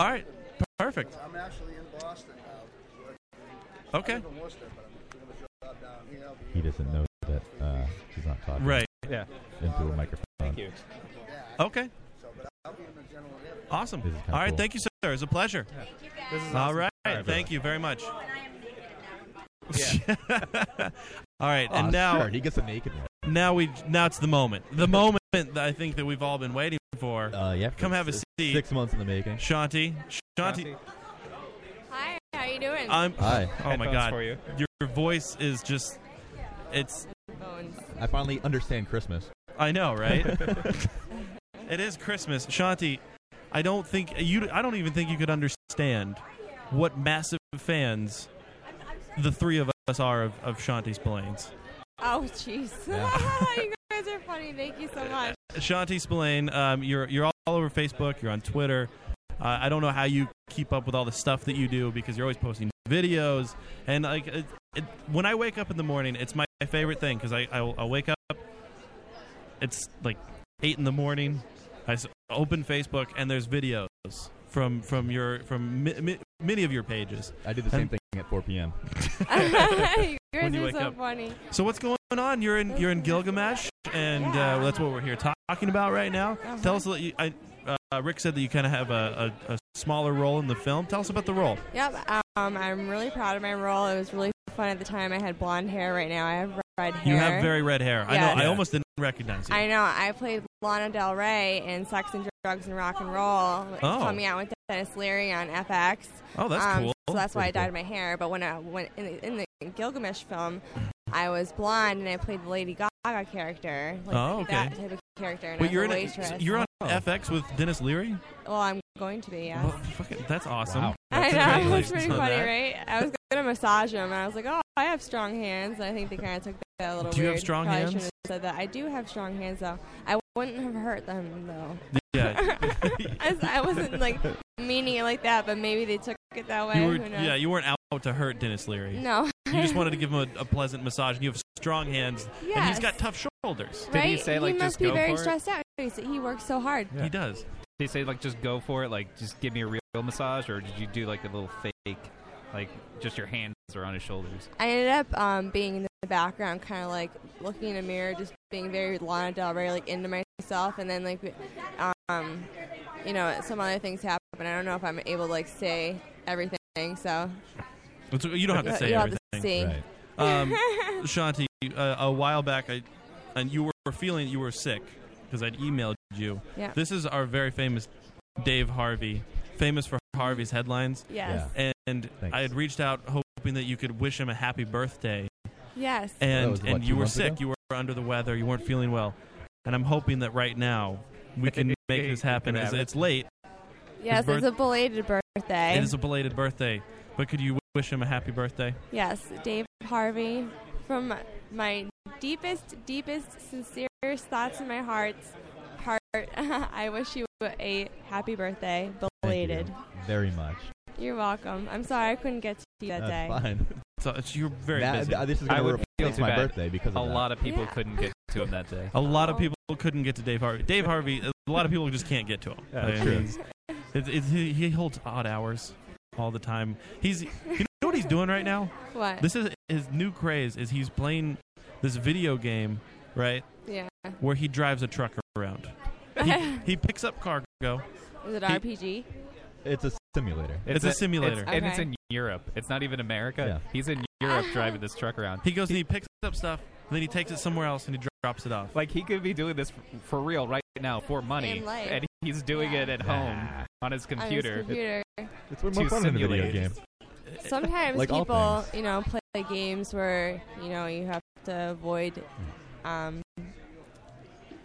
Speaker 5: All right. P- Perfect.
Speaker 11: I'm actually in Boston now.
Speaker 5: Okay.
Speaker 11: I live in Worcester, but I'm doing a job down here. I'll be
Speaker 6: He doesn't know that uh, she's not talking.
Speaker 5: Right.
Speaker 7: (laughs) Yeah.
Speaker 6: Into a microphone.
Speaker 7: Thank you.
Speaker 5: Okay.
Speaker 11: I'll be in the general area.
Speaker 5: Awesome.
Speaker 6: This is kinda
Speaker 5: All right.
Speaker 6: cool.
Speaker 5: Thank you, sir. It was a pleasure.
Speaker 7: This is
Speaker 5: All
Speaker 7: awesome.
Speaker 5: right.
Speaker 7: All right,
Speaker 5: Thank you very much. (laughs) All right.
Speaker 6: Aw,
Speaker 5: And now
Speaker 6: sure, he gets a naked one.
Speaker 5: now we now it's the moment. The moment that I think that we've all been waiting for.
Speaker 6: Uh, yeah.
Speaker 5: Come have a
Speaker 6: six-
Speaker 5: seat.
Speaker 6: Six months in the making.
Speaker 5: Shanti. Shanti.
Speaker 12: Hi, how you doing?
Speaker 5: I'm
Speaker 6: Hi.
Speaker 5: Oh my
Speaker 6: Headphones
Speaker 5: god.
Speaker 6: for you.
Speaker 5: Your voice is just it's
Speaker 6: I finally understand Christmas.
Speaker 5: I know, right? it is Christmas. Shanti, I don't think you I don't even think you could understand what massive fans the three of us are of, of Shanti's Spillane's.
Speaker 12: Oh, jeez.
Speaker 5: Yeah.
Speaker 12: (laughs) you guys are funny. Thank you so
Speaker 5: (laughs)
Speaker 12: much. (laughs)
Speaker 5: Shanti Spillane, um, you're you're all over Facebook. You're on Twitter. Uh, I don't know how you keep up with all the stuff that you do because you're always posting videos. And like, it, it, when I wake up in the morning, it's my favorite thing because I I'll, I'll wake up. It's like eight in the morning. I s- open Facebook and there's videos from from your from mi- mi- many of your pages.
Speaker 6: (laughs) I do the same thing at 4 p.m.
Speaker 12: you guys
Speaker 5: When you
Speaker 12: are
Speaker 5: wake
Speaker 12: so
Speaker 5: up.
Speaker 12: funny.
Speaker 5: So what's going on? You're in you're in Gilgamesh, and uh, that's what we're here talking about right now. Tell us. What you, I, uh, Rick said that you kind of have a, a, a smaller role in the film. Tell us about the role.
Speaker 12: Yep. Um, I'm really proud of my role. It was really fun at the time. I had blonde hair. Right now, I have red hair.
Speaker 5: You have very red hair. I know. I
Speaker 12: Yes.
Speaker 5: almost didn't recognize you.
Speaker 12: I know. I played Lana Del Rey in Sex and Drugs and Rock and Roll, It's
Speaker 5: Oh.
Speaker 12: coming out with Dennis Leary on FX.
Speaker 5: Oh, that's
Speaker 12: um,
Speaker 5: cool.
Speaker 12: So that's why I
Speaker 5: Pretty
Speaker 12: dyed my hair. But when I when in the, in the Gilgamesh film, I was blonde and I played the Lady Gaga character. Like
Speaker 5: Oh, okay.
Speaker 12: That type of character. And I
Speaker 5: Wait,
Speaker 12: was
Speaker 5: you're
Speaker 12: a
Speaker 5: in a-
Speaker 12: waitress.
Speaker 5: you're on FX with Dennis Leary.
Speaker 12: Well, I'm going to be. Yes.
Speaker 5: Well, fucking, that's
Speaker 12: (laughs)
Speaker 5: awesome.
Speaker 12: I know. That's
Speaker 5: Congratulations
Speaker 12: pretty
Speaker 5: on
Speaker 12: funny,
Speaker 5: that.
Speaker 12: right? I was gonna massage him, and I was like, "Oh, I have strong hands." And I think they kind of took that a little.
Speaker 5: Do you have
Speaker 12: weird.
Speaker 5: strong
Speaker 12: Probably
Speaker 5: hands?
Speaker 12: shouldn't have Said that. I do have strong hands, though. I wouldn't have hurt them, though.
Speaker 5: Yeah.
Speaker 12: (laughs) I, was- I wasn't
Speaker 5: (laughs)
Speaker 12: like meaning it like that, but maybe they took it that way.
Speaker 5: You were,
Speaker 12: Who knows?
Speaker 5: yeah, you weren't out to hurt Dennis Leary.
Speaker 12: No.
Speaker 5: you
Speaker 12: (laughs)
Speaker 5: just wanted to give him a, a pleasant massage, and you have strong hands, and he's
Speaker 12: Yes.
Speaker 5: got tough shoulders.
Speaker 12: right? must be very stressed out. He said He works so hard.
Speaker 5: He does.
Speaker 7: They say like just go for it, like just give me a real massage, or did you do like the little fake, like just your hands are on his shoulders?
Speaker 12: I ended up um, being in the background, kind of like looking in a mirror, just being very Lana Del Rey, like into myself, and then like, we- um, you know, some other things happen. I don't know if I'm able to like say everything. So
Speaker 5: It's- you don't have to
Speaker 12: You'll-
Speaker 5: say
Speaker 12: you'll have
Speaker 5: everything.
Speaker 12: to see. Right.
Speaker 5: Um, Shanti, uh, a while back, I and you were feeling you were sick because I'd emailed you.
Speaker 12: Yeah.
Speaker 5: This is our very famous Dave Harvey, famous for Harvey's headlines.
Speaker 12: (laughs) Yes.
Speaker 5: And I had reached out hoping that you could wish him a happy birthday.
Speaker 12: Yes.
Speaker 5: And
Speaker 12: That was, what,
Speaker 5: and
Speaker 12: two
Speaker 5: you were
Speaker 12: months
Speaker 5: sick.
Speaker 12: ago?
Speaker 5: You were under the weather. You weren't feeling well. And I'm hoping that right now
Speaker 12: (laughs)
Speaker 5: we can make this happen.
Speaker 7: have
Speaker 5: It's,
Speaker 7: it.
Speaker 5: it's late. His
Speaker 12: yes,
Speaker 5: birth-
Speaker 12: it's a belated birthday.
Speaker 5: it is a belated birthday. But could you w- wish him a happy birthday?
Speaker 12: yes, Dave Harvey, from my deepest, deepest, sincerest thoughts in my heart, heart, (laughs) I wish you a happy birthday, belated.
Speaker 6: Very much.
Speaker 12: You're welcome. I'm sorry I couldn't get to you that
Speaker 6: That's
Speaker 12: day.
Speaker 6: fine.
Speaker 5: So it's, you're very
Speaker 6: That-
Speaker 5: busy.
Speaker 12: uh,
Speaker 6: th- this is gonna
Speaker 7: I would feel
Speaker 6: replace
Speaker 7: too
Speaker 6: my
Speaker 7: bad.
Speaker 6: birthday because
Speaker 7: a
Speaker 6: of that.
Speaker 7: lot of people
Speaker 12: Yeah.
Speaker 7: couldn't get to him that day.
Speaker 5: A lot
Speaker 12: Oh.
Speaker 5: of people couldn't get to Dave Harvey. Dave Harvey, a lot of people just can't get to him.
Speaker 7: Yeah, that's true.
Speaker 5: he's- it's- it's- he, he holds odd hours all the time. He's, you know what he's doing right now?
Speaker 12: What?
Speaker 5: This is his new craze. Is he's playing this video game, right?
Speaker 6: (laughs)
Speaker 12: Yeah. (laughs)
Speaker 5: Where he drives a truck around. He, he picks up cargo.
Speaker 12: Is it
Speaker 5: He-
Speaker 12: RPG?
Speaker 6: It's a simulator.
Speaker 5: It's a simulator.
Speaker 7: it's- and it's
Speaker 12: Okay. Ah.
Speaker 7: in Europe. It's not even America. He's in Europe driving this truck around.
Speaker 5: He goes and he picks up stuff, and then he takes it somewhere else and he dro- drops it off.
Speaker 7: Like he could be doing this f- for real right now for money,
Speaker 12: In life.
Speaker 7: and he's doing it at
Speaker 6: Nah.
Speaker 7: home
Speaker 12: On
Speaker 7: on his
Speaker 12: his
Speaker 6: (laughs)
Speaker 7: computer.
Speaker 12: computer.
Speaker 6: It's way
Speaker 7: to
Speaker 6: more fun than a video
Speaker 7: simulate.
Speaker 6: game.
Speaker 12: Sometimes
Speaker 6: Like all
Speaker 12: people, you know, play games where you know you have to avoid
Speaker 6: Mm.
Speaker 12: um,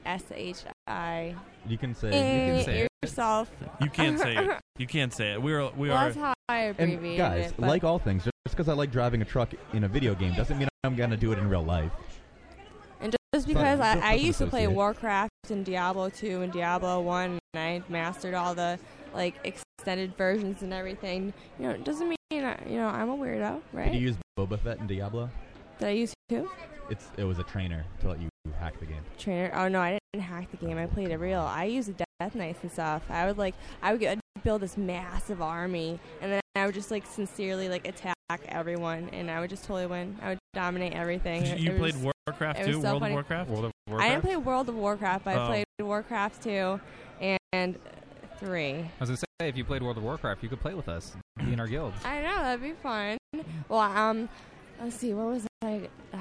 Speaker 12: S H I.
Speaker 6: You can say.
Speaker 12: Eh,
Speaker 6: You can say.
Speaker 12: yourself.
Speaker 5: You can't
Speaker 12: (laughs)
Speaker 5: say it. You can't say it. We're we
Speaker 12: well,
Speaker 5: are.
Speaker 12: that's how I
Speaker 6: And
Speaker 12: abbreviated
Speaker 6: guys,
Speaker 12: it. but-
Speaker 6: like all things, just because I like driving a truck in a video game doesn't mean I'm gonna do it in real life.
Speaker 12: and Just because
Speaker 13: Fun.
Speaker 12: I,
Speaker 13: Don't
Speaker 12: I used to play
Speaker 13: associate.
Speaker 12: Warcraft and Diablo 2 and Diablo 1, and I mastered all the like extended versions and everything. You know, it doesn't mean I, you know I'm a weirdo,
Speaker 6: Did you
Speaker 12: right?
Speaker 6: use Boba Fett in Diablo?
Speaker 12: Did I use two
Speaker 6: It's it was a trainer to let you hack the game.
Speaker 12: trainer? Oh no, I didn't hack the game. I played it real. I used the Death Knights and stuff. I would like I would get, build this massive army, and then I would just like sincerely like attack everyone, and I would just totally win. I would dominate everything.
Speaker 5: You- you
Speaker 12: It was
Speaker 5: played
Speaker 12: just-
Speaker 5: Warcraft
Speaker 12: it was so
Speaker 5: too? World of
Speaker 12: funny.
Speaker 5: Warcraft? World of
Speaker 12: I
Speaker 5: Warcraft?
Speaker 12: didn't play World of Warcraft, but
Speaker 7: Oh.
Speaker 12: I played Warcraft 2 and 3.
Speaker 7: I was gonna say if you played World of Warcraft, you could play with us, be in our guild.
Speaker 12: I know that'd be fun. Well, um, let's see, what was I uh,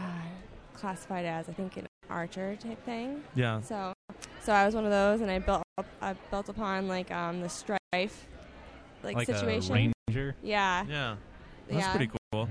Speaker 12: classified as? I think an archer type thing.
Speaker 5: Yeah.
Speaker 12: So, so I was one of those, and I built up, I built upon like um the strife like,
Speaker 5: Like a
Speaker 12: situation.
Speaker 5: ranger?
Speaker 12: Yeah.
Speaker 5: Yeah. That's
Speaker 12: Yeah.
Speaker 5: pretty cool.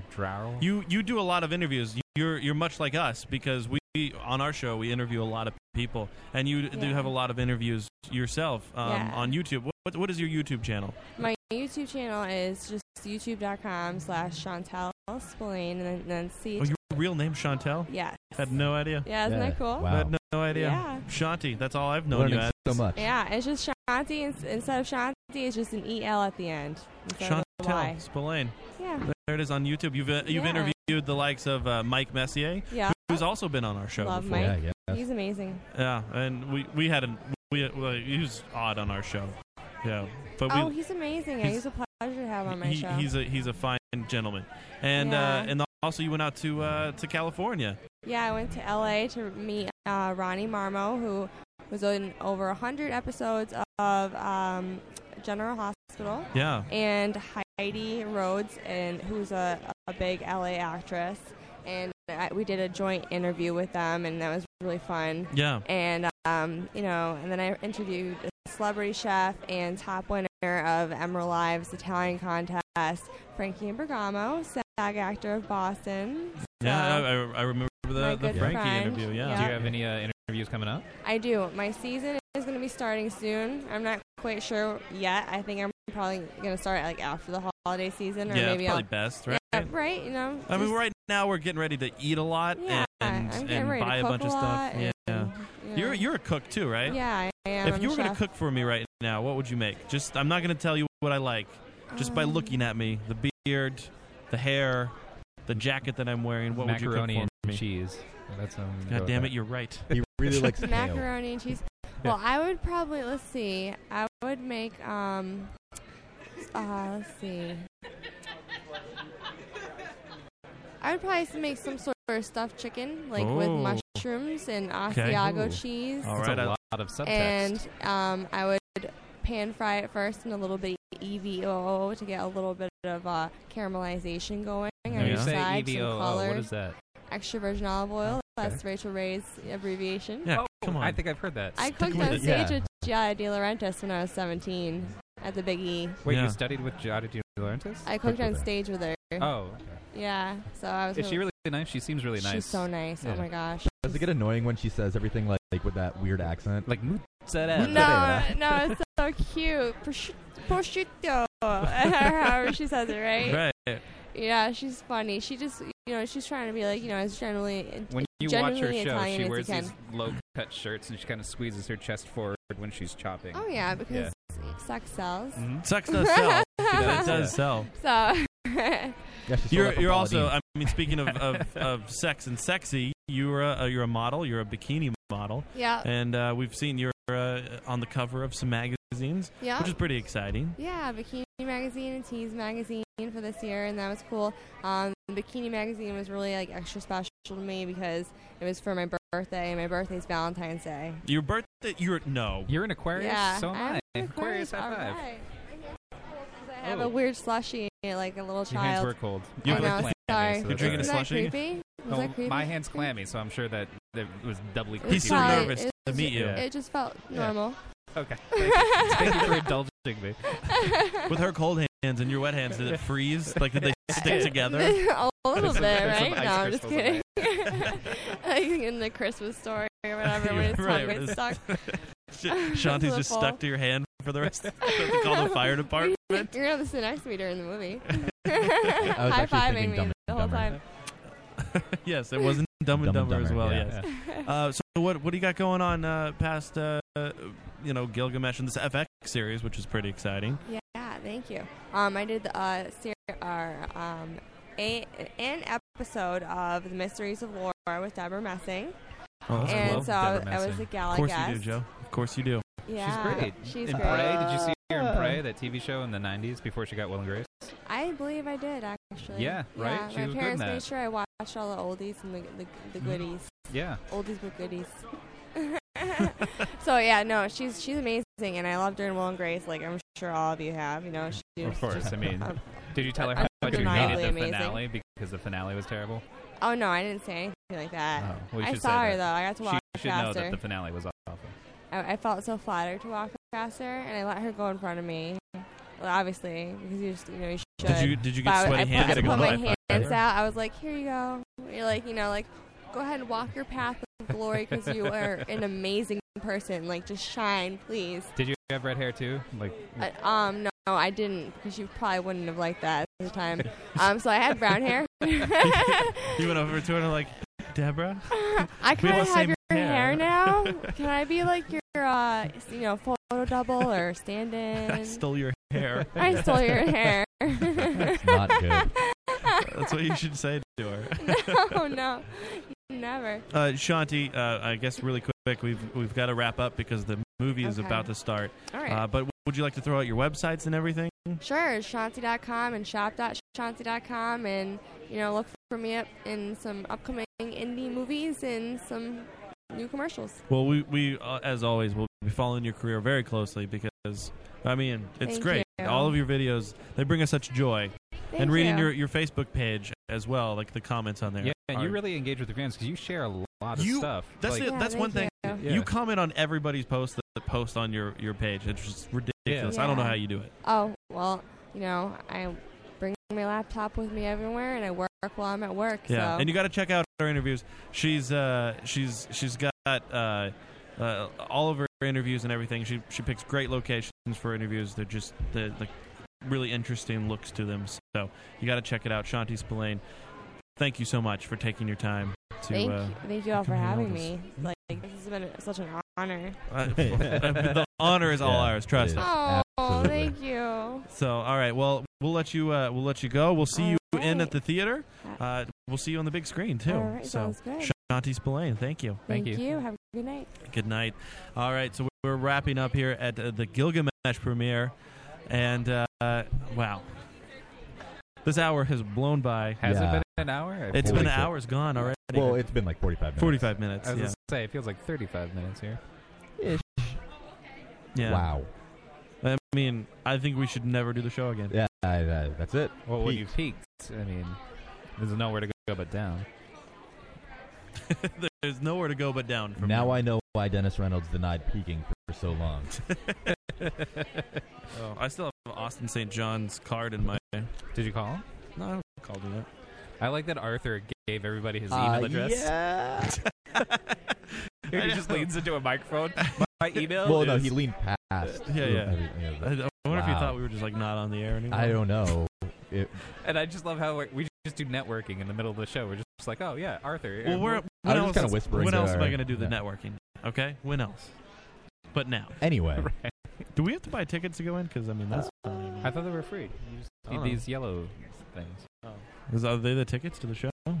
Speaker 5: You you do a lot of interviews. You're you're much like us because we on our show we interview a lot of people, and you do
Speaker 12: Yeah.
Speaker 5: have a lot of interviews yourself um,
Speaker 12: Yeah.
Speaker 5: on YouTube. What what is your YouTube channel?
Speaker 12: My YouTube channel is just youtube.com slash Chantel Spillane, and then, then C.
Speaker 5: Oh, your real name Chantel?
Speaker 12: Yes.
Speaker 5: Had no idea.
Speaker 12: Yeah, isn't that Yeah. cool?
Speaker 5: I had
Speaker 12: Wow.
Speaker 5: no, no idea.
Speaker 12: Yeah.
Speaker 5: Shanti, that's all I've known
Speaker 6: Learning
Speaker 5: you as.
Speaker 6: so much.
Speaker 12: Yeah, it's just Shanti ins- instead of Shanti, it's just an E L at the end. instead of a Y.
Speaker 5: Chantel Spillane.
Speaker 12: Yeah.
Speaker 5: There it is on YouTube. You've uh, you've
Speaker 12: Yeah.
Speaker 5: interviewed the likes of uh, Mike Messier,
Speaker 12: Yeah.
Speaker 5: who's also been on our show
Speaker 12: Love
Speaker 5: before.
Speaker 12: Mike. He's amazing.
Speaker 5: Yeah, and we we had a we well, he was odd on our show. Yeah, but
Speaker 12: oh,
Speaker 5: we
Speaker 12: he's amazing.
Speaker 5: he's-
Speaker 12: yeah, he's a pleasure to have on my
Speaker 5: he,
Speaker 12: show.
Speaker 5: he's a he's a fine gentleman, and uh,
Speaker 12: Yeah.
Speaker 5: and also you went out to uh, to California.
Speaker 12: yeah, I went to LA to meet uh, Ronnie Marmo, who was in over 100 episodes of um, General Hospital.
Speaker 5: Yeah.
Speaker 12: And Heidi Rhodes, and who's a, a big LA actress. And I, we did a joint interview with them, and that was really fun.
Speaker 5: Yeah.
Speaker 12: And, um, you know, and then I interviewed a celebrity chef and top winner of Emerald Live's Italian contest, Frankie Bergamo, SAG actor of Boston.
Speaker 5: Yeah, I, I- I remember
Speaker 12: My
Speaker 5: the, the
Speaker 12: good
Speaker 5: Frankie
Speaker 12: friend,
Speaker 5: interview. Yeah.
Speaker 12: yeah. Do you
Speaker 7: have any uh, interviews coming up?
Speaker 12: I do. My season is going to be starting soon. I'm not quite sure yet. I think I'm probably going to start like after the holiday season, or
Speaker 5: Yeah,
Speaker 12: maybe
Speaker 5: it's probably
Speaker 12: I'll,
Speaker 5: best, right?
Speaker 12: Yeah, right. You know.
Speaker 5: I mean,
Speaker 12: just-
Speaker 5: right now we're getting ready to eat a lot and,
Speaker 12: I'm getting
Speaker 5: and
Speaker 12: ready to
Speaker 5: buy a
Speaker 12: cook
Speaker 5: bunch
Speaker 12: a
Speaker 5: of stuff.
Speaker 12: lot
Speaker 5: yeah.
Speaker 12: yeah.
Speaker 5: You're you're a cook too, right?
Speaker 12: Yeah, I am.
Speaker 5: If
Speaker 12: I'm
Speaker 5: you
Speaker 12: a
Speaker 5: were going to
Speaker 12: chef.
Speaker 5: cook for me right now, what would you make? Just I'm not going to tell you what I like. Just by
Speaker 12: Um,
Speaker 5: looking at me, the beard, the hair, the jacket that I'm wearing, what
Speaker 7: Macaroni
Speaker 5: would you cook for
Speaker 7: and
Speaker 5: me?
Speaker 7: cheese. That's um,
Speaker 5: God damn it, you're right.
Speaker 6: He really likes
Speaker 12: macaroni and cheese. Well, I would probably let's see. I would make um. Uh, let's see. I would probably make some sort of stuffed chicken, like
Speaker 7: Oh.
Speaker 12: with mushrooms and
Speaker 7: Okay.
Speaker 12: Asiago
Speaker 7: Ooh.
Speaker 12: cheese.
Speaker 7: All That's right, a I- lot of subtext.
Speaker 12: And um, I would pan fry it first in a little bit of E EVOO to get a little bit of uh, caramelization going. on
Speaker 7: When you
Speaker 12: each
Speaker 7: say E
Speaker 12: side, some
Speaker 7: EVOO,
Speaker 12: color.
Speaker 7: what is that?
Speaker 12: Extra virgin olive oil. That's Rachel Ray's abbreviation.
Speaker 7: oh, I think I've heard that.
Speaker 12: I cooked on stage with Gia De Laurentiis when I was 17 at the Big E.
Speaker 7: Wait, you studied with Giada De Laurentiis?
Speaker 12: I cooked on stage with her.
Speaker 7: Oh, okay.
Speaker 12: Yeah. So I was.
Speaker 7: Is she
Speaker 12: really-
Speaker 7: really nice? She seems really nice.
Speaker 12: She's so nice. Oh my gosh.
Speaker 6: Does it get annoying when she says everything like, like with that weird accent?
Speaker 7: Like
Speaker 12: No,
Speaker 7: mozzarella.
Speaker 12: no, it's so (laughs) cute. Prosci- Prosciutto. (laughs) However she says it, right?
Speaker 5: Right.
Speaker 12: Yeah, she's funny. She just, you know, she's trying to be like, you know, as generally (laughs)
Speaker 7: When you watch
Speaker 12: genuinely
Speaker 7: her show,
Speaker 12: Italian
Speaker 7: she
Speaker 12: as you
Speaker 7: wears
Speaker 12: can.
Speaker 7: these low cut shirts and she kind of squeezes her chest forward when she's chopping.
Speaker 12: Oh yeah, because sex sells.
Speaker 7: Mhm.
Speaker 5: Sex does
Speaker 7: (laughs)
Speaker 5: sell. it
Speaker 7: Yeah.
Speaker 5: does sell.
Speaker 12: So. (laughs)
Speaker 6: she's sold
Speaker 5: you're
Speaker 6: out for
Speaker 5: you're
Speaker 6: Paula
Speaker 5: also.
Speaker 6: Deen.
Speaker 5: I mean, speaking of, of, of sex and sexy, you're a you're a model. You're a bikini model.
Speaker 12: Yeah.
Speaker 5: And uh, we've seen you're uh, on the cover of some magazines.
Speaker 12: Yeah.
Speaker 5: Which is pretty exciting.
Speaker 12: Yeah, Bikini Magazine and Tease Magazine for this year, and that was cool. Um, Bikini Magazine was really like extra special to me because it was for my birthday, and my birthday's Valentine's Day.
Speaker 5: Your birthday. You're no.
Speaker 7: You're an Aquarius.
Speaker 12: yeah,
Speaker 7: so am
Speaker 12: I'm
Speaker 7: I.
Speaker 12: an
Speaker 7: Aquarius, high
Speaker 12: all
Speaker 7: five. Oh.
Speaker 12: right. I have a weird slushy, like a little
Speaker 7: Your
Speaker 12: child.
Speaker 7: hands were cold.
Speaker 12: I know,
Speaker 7: clammy,
Speaker 12: sorry.
Speaker 7: so
Speaker 5: You're drinking a Is
Speaker 7: that's
Speaker 5: that
Speaker 7: all right.
Speaker 12: creepy? Was
Speaker 7: Oh,
Speaker 12: that creepy?
Speaker 7: My hand's clammy, so I'm sure that that was doubly
Speaker 12: It
Speaker 7: creepy.
Speaker 5: He's so
Speaker 7: for you.
Speaker 5: nervous
Speaker 12: It
Speaker 5: to
Speaker 12: just-
Speaker 5: meet you.
Speaker 12: It just felt
Speaker 7: Yeah.
Speaker 12: normal. (laughs)
Speaker 7: Okay. Thank you, (laughs) Thank you for indulging me.
Speaker 12: (laughs)
Speaker 5: With her cold hands and your wet hands, did it freeze? Like,
Speaker 7: (laughs)
Speaker 5: did they
Speaker 12: (laughs)
Speaker 5: stick together? (laughs)
Speaker 12: a little
Speaker 5: Some-
Speaker 12: bit,
Speaker 5: some
Speaker 12: right?
Speaker 5: ice
Speaker 12: No, I'm just
Speaker 5: crystals in
Speaker 12: kidding. (laughs) like in the Christmas story
Speaker 5: (laughs)
Speaker 12: or whatever, when his tongue
Speaker 5: Right,
Speaker 12: gets
Speaker 5: it's-
Speaker 12: stuck.
Speaker 5: (laughs) Sh- Shanti's
Speaker 12: the
Speaker 5: just
Speaker 12: fall.
Speaker 5: stuck to your hand for the
Speaker 7: (laughs)
Speaker 5: rest. (laughs) Of the, call the fire department.
Speaker 12: (laughs) You're gonna have to sit next to me during the
Speaker 5: (laughs)
Speaker 12: movie. (laughs)
Speaker 5: was
Speaker 12: High
Speaker 5: actually
Speaker 12: fiving
Speaker 5: thinking
Speaker 12: me
Speaker 5: Dumber and
Speaker 12: the whole
Speaker 5: Dumber.
Speaker 12: time.
Speaker 5: yes, it wasn't Dumb and, Dumber, as well.
Speaker 6: yeah.
Speaker 5: Yes.
Speaker 12: (laughs)
Speaker 5: Uh, so what what do you got going on uh, past uh, you know Gilgamesh and this FX series, which is pretty exciting?
Speaker 12: Yeah, thank you. Um, I did the, uh, ser- our, um, a- an episode of The Mysteries of War with Deborah Messing.
Speaker 5: Oh, that's
Speaker 12: and
Speaker 5: cool.
Speaker 12: so I was- I was a gala
Speaker 5: Of course
Speaker 12: guest.
Speaker 5: you do, Joe. Of course you do.
Speaker 12: Yeah,
Speaker 7: she's great.
Speaker 12: she's
Speaker 7: in
Speaker 12: great.
Speaker 7: Prey, did you see her in
Speaker 12: Uh,
Speaker 7: Prey, that TV show in the '90s before she got Will and Grace?
Speaker 12: I believe I did, actually.
Speaker 7: Yeah, right? She
Speaker 12: my
Speaker 7: was good in
Speaker 12: parents
Speaker 7: that.
Speaker 12: made sure I watched all the oldies and the, the, the
Speaker 7: Mhm.
Speaker 12: goodies.
Speaker 7: Yeah.
Speaker 12: Oldies but goodies. (laughs) so, yeah, no, she's she's amazing, and I loved her in Will and Grace, like I'm sure all of you have. You know, she
Speaker 7: Of
Speaker 12: was
Speaker 7: course.
Speaker 12: just
Speaker 7: I mean,
Speaker 12: um,
Speaker 7: did you tell her how much you hated
Speaker 12: undeniably
Speaker 7: the
Speaker 12: amazing.
Speaker 7: finale because the finale was terrible?
Speaker 12: Oh no, I didn't say anything like that.
Speaker 7: Oh, Well, you
Speaker 12: I
Speaker 7: Uh, should
Speaker 12: saw
Speaker 7: say
Speaker 12: her though.
Speaker 7: that.
Speaker 12: I got to walk
Speaker 7: She should know
Speaker 12: past
Speaker 7: that
Speaker 12: her.
Speaker 7: the finale was awful.
Speaker 12: I, I felt so flattered to walk past her, and I let her go in front of me. Well, obviously, because you just you know you should.
Speaker 5: Did you- did you get
Speaker 12: But I-
Speaker 5: sweaty
Speaker 12: I,
Speaker 5: hands
Speaker 12: put,
Speaker 5: and
Speaker 12: put
Speaker 5: go
Speaker 12: my
Speaker 5: high five
Speaker 12: hands
Speaker 5: her?
Speaker 12: out. I was like, "Here you go." You're like, you know, like, go ahead and walk your path of glory because you are an amazing person. Like, just shine, please.
Speaker 7: Did you have red hair too? Like,
Speaker 12: I, um, no, no, I didn't because you probably wouldn't have liked that at the time. Um, so I had brown
Speaker 5: (laughs)
Speaker 12: hair. (laughs) Um,
Speaker 5: You went over to her and like, Deborah.
Speaker 12: I
Speaker 5: We
Speaker 12: kind
Speaker 5: all
Speaker 12: of have
Speaker 5: same
Speaker 12: your hair,
Speaker 5: hair. (laughs)
Speaker 12: now. Can I be like your, uh, you know, photo double or stand-in?
Speaker 5: (laughs) I stole your hair.
Speaker 12: (laughs) I stole your hair.
Speaker 5: That's not
Speaker 12: (laughs)
Speaker 5: good. (laughs) That's what you should say to her.
Speaker 12: no, no, never.
Speaker 5: (laughs) Uh, Shanti, uh, I guess really quick, we've we've got to wrap up because the movie is
Speaker 12: Okay.
Speaker 5: about to start.
Speaker 12: All right.
Speaker 5: Uh, but would you like to throw out your websites and everything?
Speaker 12: Sure, Shanti.com and shop.shanti.com, and you know, look for me up in some upcoming indie movies and some new commercials.
Speaker 5: Well, we we uh, as always will be following your career very closely because I mean it's
Speaker 12: Thank
Speaker 5: great.
Speaker 12: you.
Speaker 5: All of your videos they bring us such joy,
Speaker 12: Thank
Speaker 5: and reading
Speaker 12: you.
Speaker 5: your your Facebook page as well, like the comments on there.
Speaker 7: yeah, and you
Speaker 5: are-
Speaker 7: really engage with your fans because you share a lot of
Speaker 5: You-
Speaker 7: stuff.
Speaker 5: That's
Speaker 7: like,
Speaker 5: it. that's one thing. You.
Speaker 7: Yeah.
Speaker 5: comment on everybody's post that, that post on your your page. It's just ridiculous. I don't know
Speaker 12: Yeah.
Speaker 5: how you do it.
Speaker 12: Oh, well, you know, I bring my laptop with me everywhere and I work while I'm at work.
Speaker 5: Yeah,
Speaker 12: so.
Speaker 5: and you got to check out her interviews. She's uh, she's she's got uh, uh, all of her interviews and everything. She she picks great locations for interviews. They're just the like really interesting looks to them. So you got to check it out. Shanti Spillane, thank you so much for taking your time to.
Speaker 12: thank,
Speaker 5: (laughs) uh,
Speaker 12: you, thank you all for
Speaker 5: come hang out
Speaker 12: having
Speaker 5: with us.
Speaker 12: me. Like, this has been such an honor.
Speaker 5: Uh, the honor is all
Speaker 6: Yeah,
Speaker 5: ours. Trust
Speaker 6: it is.
Speaker 5: us.
Speaker 12: Oh,
Speaker 6: Absolutely.
Speaker 12: thank you.
Speaker 5: So, all right. Well, we'll let you. Uh, we'll let you go. We'll see you in at the theater. Uh, we'll see you on the big screen too.
Speaker 12: All right,
Speaker 5: so,
Speaker 12: sounds good.
Speaker 5: Shanti Spillane, thank you.
Speaker 12: Thank, you. Have a good night.
Speaker 5: Good night. All right. So we're wrapping up here at uh, the Gilgamesh premiere, and uh, wow, this hour has blown by.
Speaker 7: Has it been an hour? I
Speaker 5: It's
Speaker 7: feel
Speaker 5: been an
Speaker 7: like it-
Speaker 5: hour's gone already.
Speaker 6: Well, it's been like 45 minutes.
Speaker 5: 45 minutes.
Speaker 7: I was
Speaker 5: yeah.
Speaker 7: gonna say it feels like 35 minutes here.
Speaker 5: yeah.
Speaker 6: Wow.
Speaker 5: I mean, I think we should never do the show again.
Speaker 6: Yeah, I, I, that's it.
Speaker 7: Well, when you peaked, I mean, there's nowhere to go but down.
Speaker 5: (laughs) There's nowhere to go but down from (laughs)
Speaker 6: now I know why Dennis Reynolds denied peaking for, for so long.
Speaker 5: Oh, I still have Austin St. John's card in my.
Speaker 7: Did you call?
Speaker 5: No, I don't call do that.
Speaker 7: I like that Arthur gave everybody his
Speaker 6: Uh,
Speaker 7: email address.
Speaker 6: yeah.
Speaker 7: (laughs) Here he just leans into a microphone. My email.
Speaker 6: well, no,
Speaker 7: is-
Speaker 6: he leaned past.
Speaker 5: Yeah, yeah.
Speaker 6: I mean, yeah,
Speaker 5: I, I wonder if you
Speaker 6: Wow.
Speaker 5: thought we were just like not on the air anymore.
Speaker 6: I don't know. It,
Speaker 7: And I just love how we- we just do networking in the middle of the show. We're just, like, oh yeah, Arthur.
Speaker 5: Well, where, (laughs)
Speaker 7: Well,
Speaker 6: I
Speaker 5: when
Speaker 6: was
Speaker 5: else,
Speaker 6: just kinda
Speaker 5: is-
Speaker 6: whispering
Speaker 5: when
Speaker 6: to
Speaker 5: else am I
Speaker 6: her.
Speaker 5: going to do the
Speaker 6: Yeah.
Speaker 5: networking? Okay, when else? But now, (laughs)
Speaker 6: anyway,
Speaker 7: Right.
Speaker 5: do we have to buy tickets to go in? Because I mean, that's
Speaker 7: I thought they were free. You just
Speaker 5: I
Speaker 7: need
Speaker 5: don't know.
Speaker 7: these yellow things.
Speaker 5: Is, are they the tickets to the show? Oh,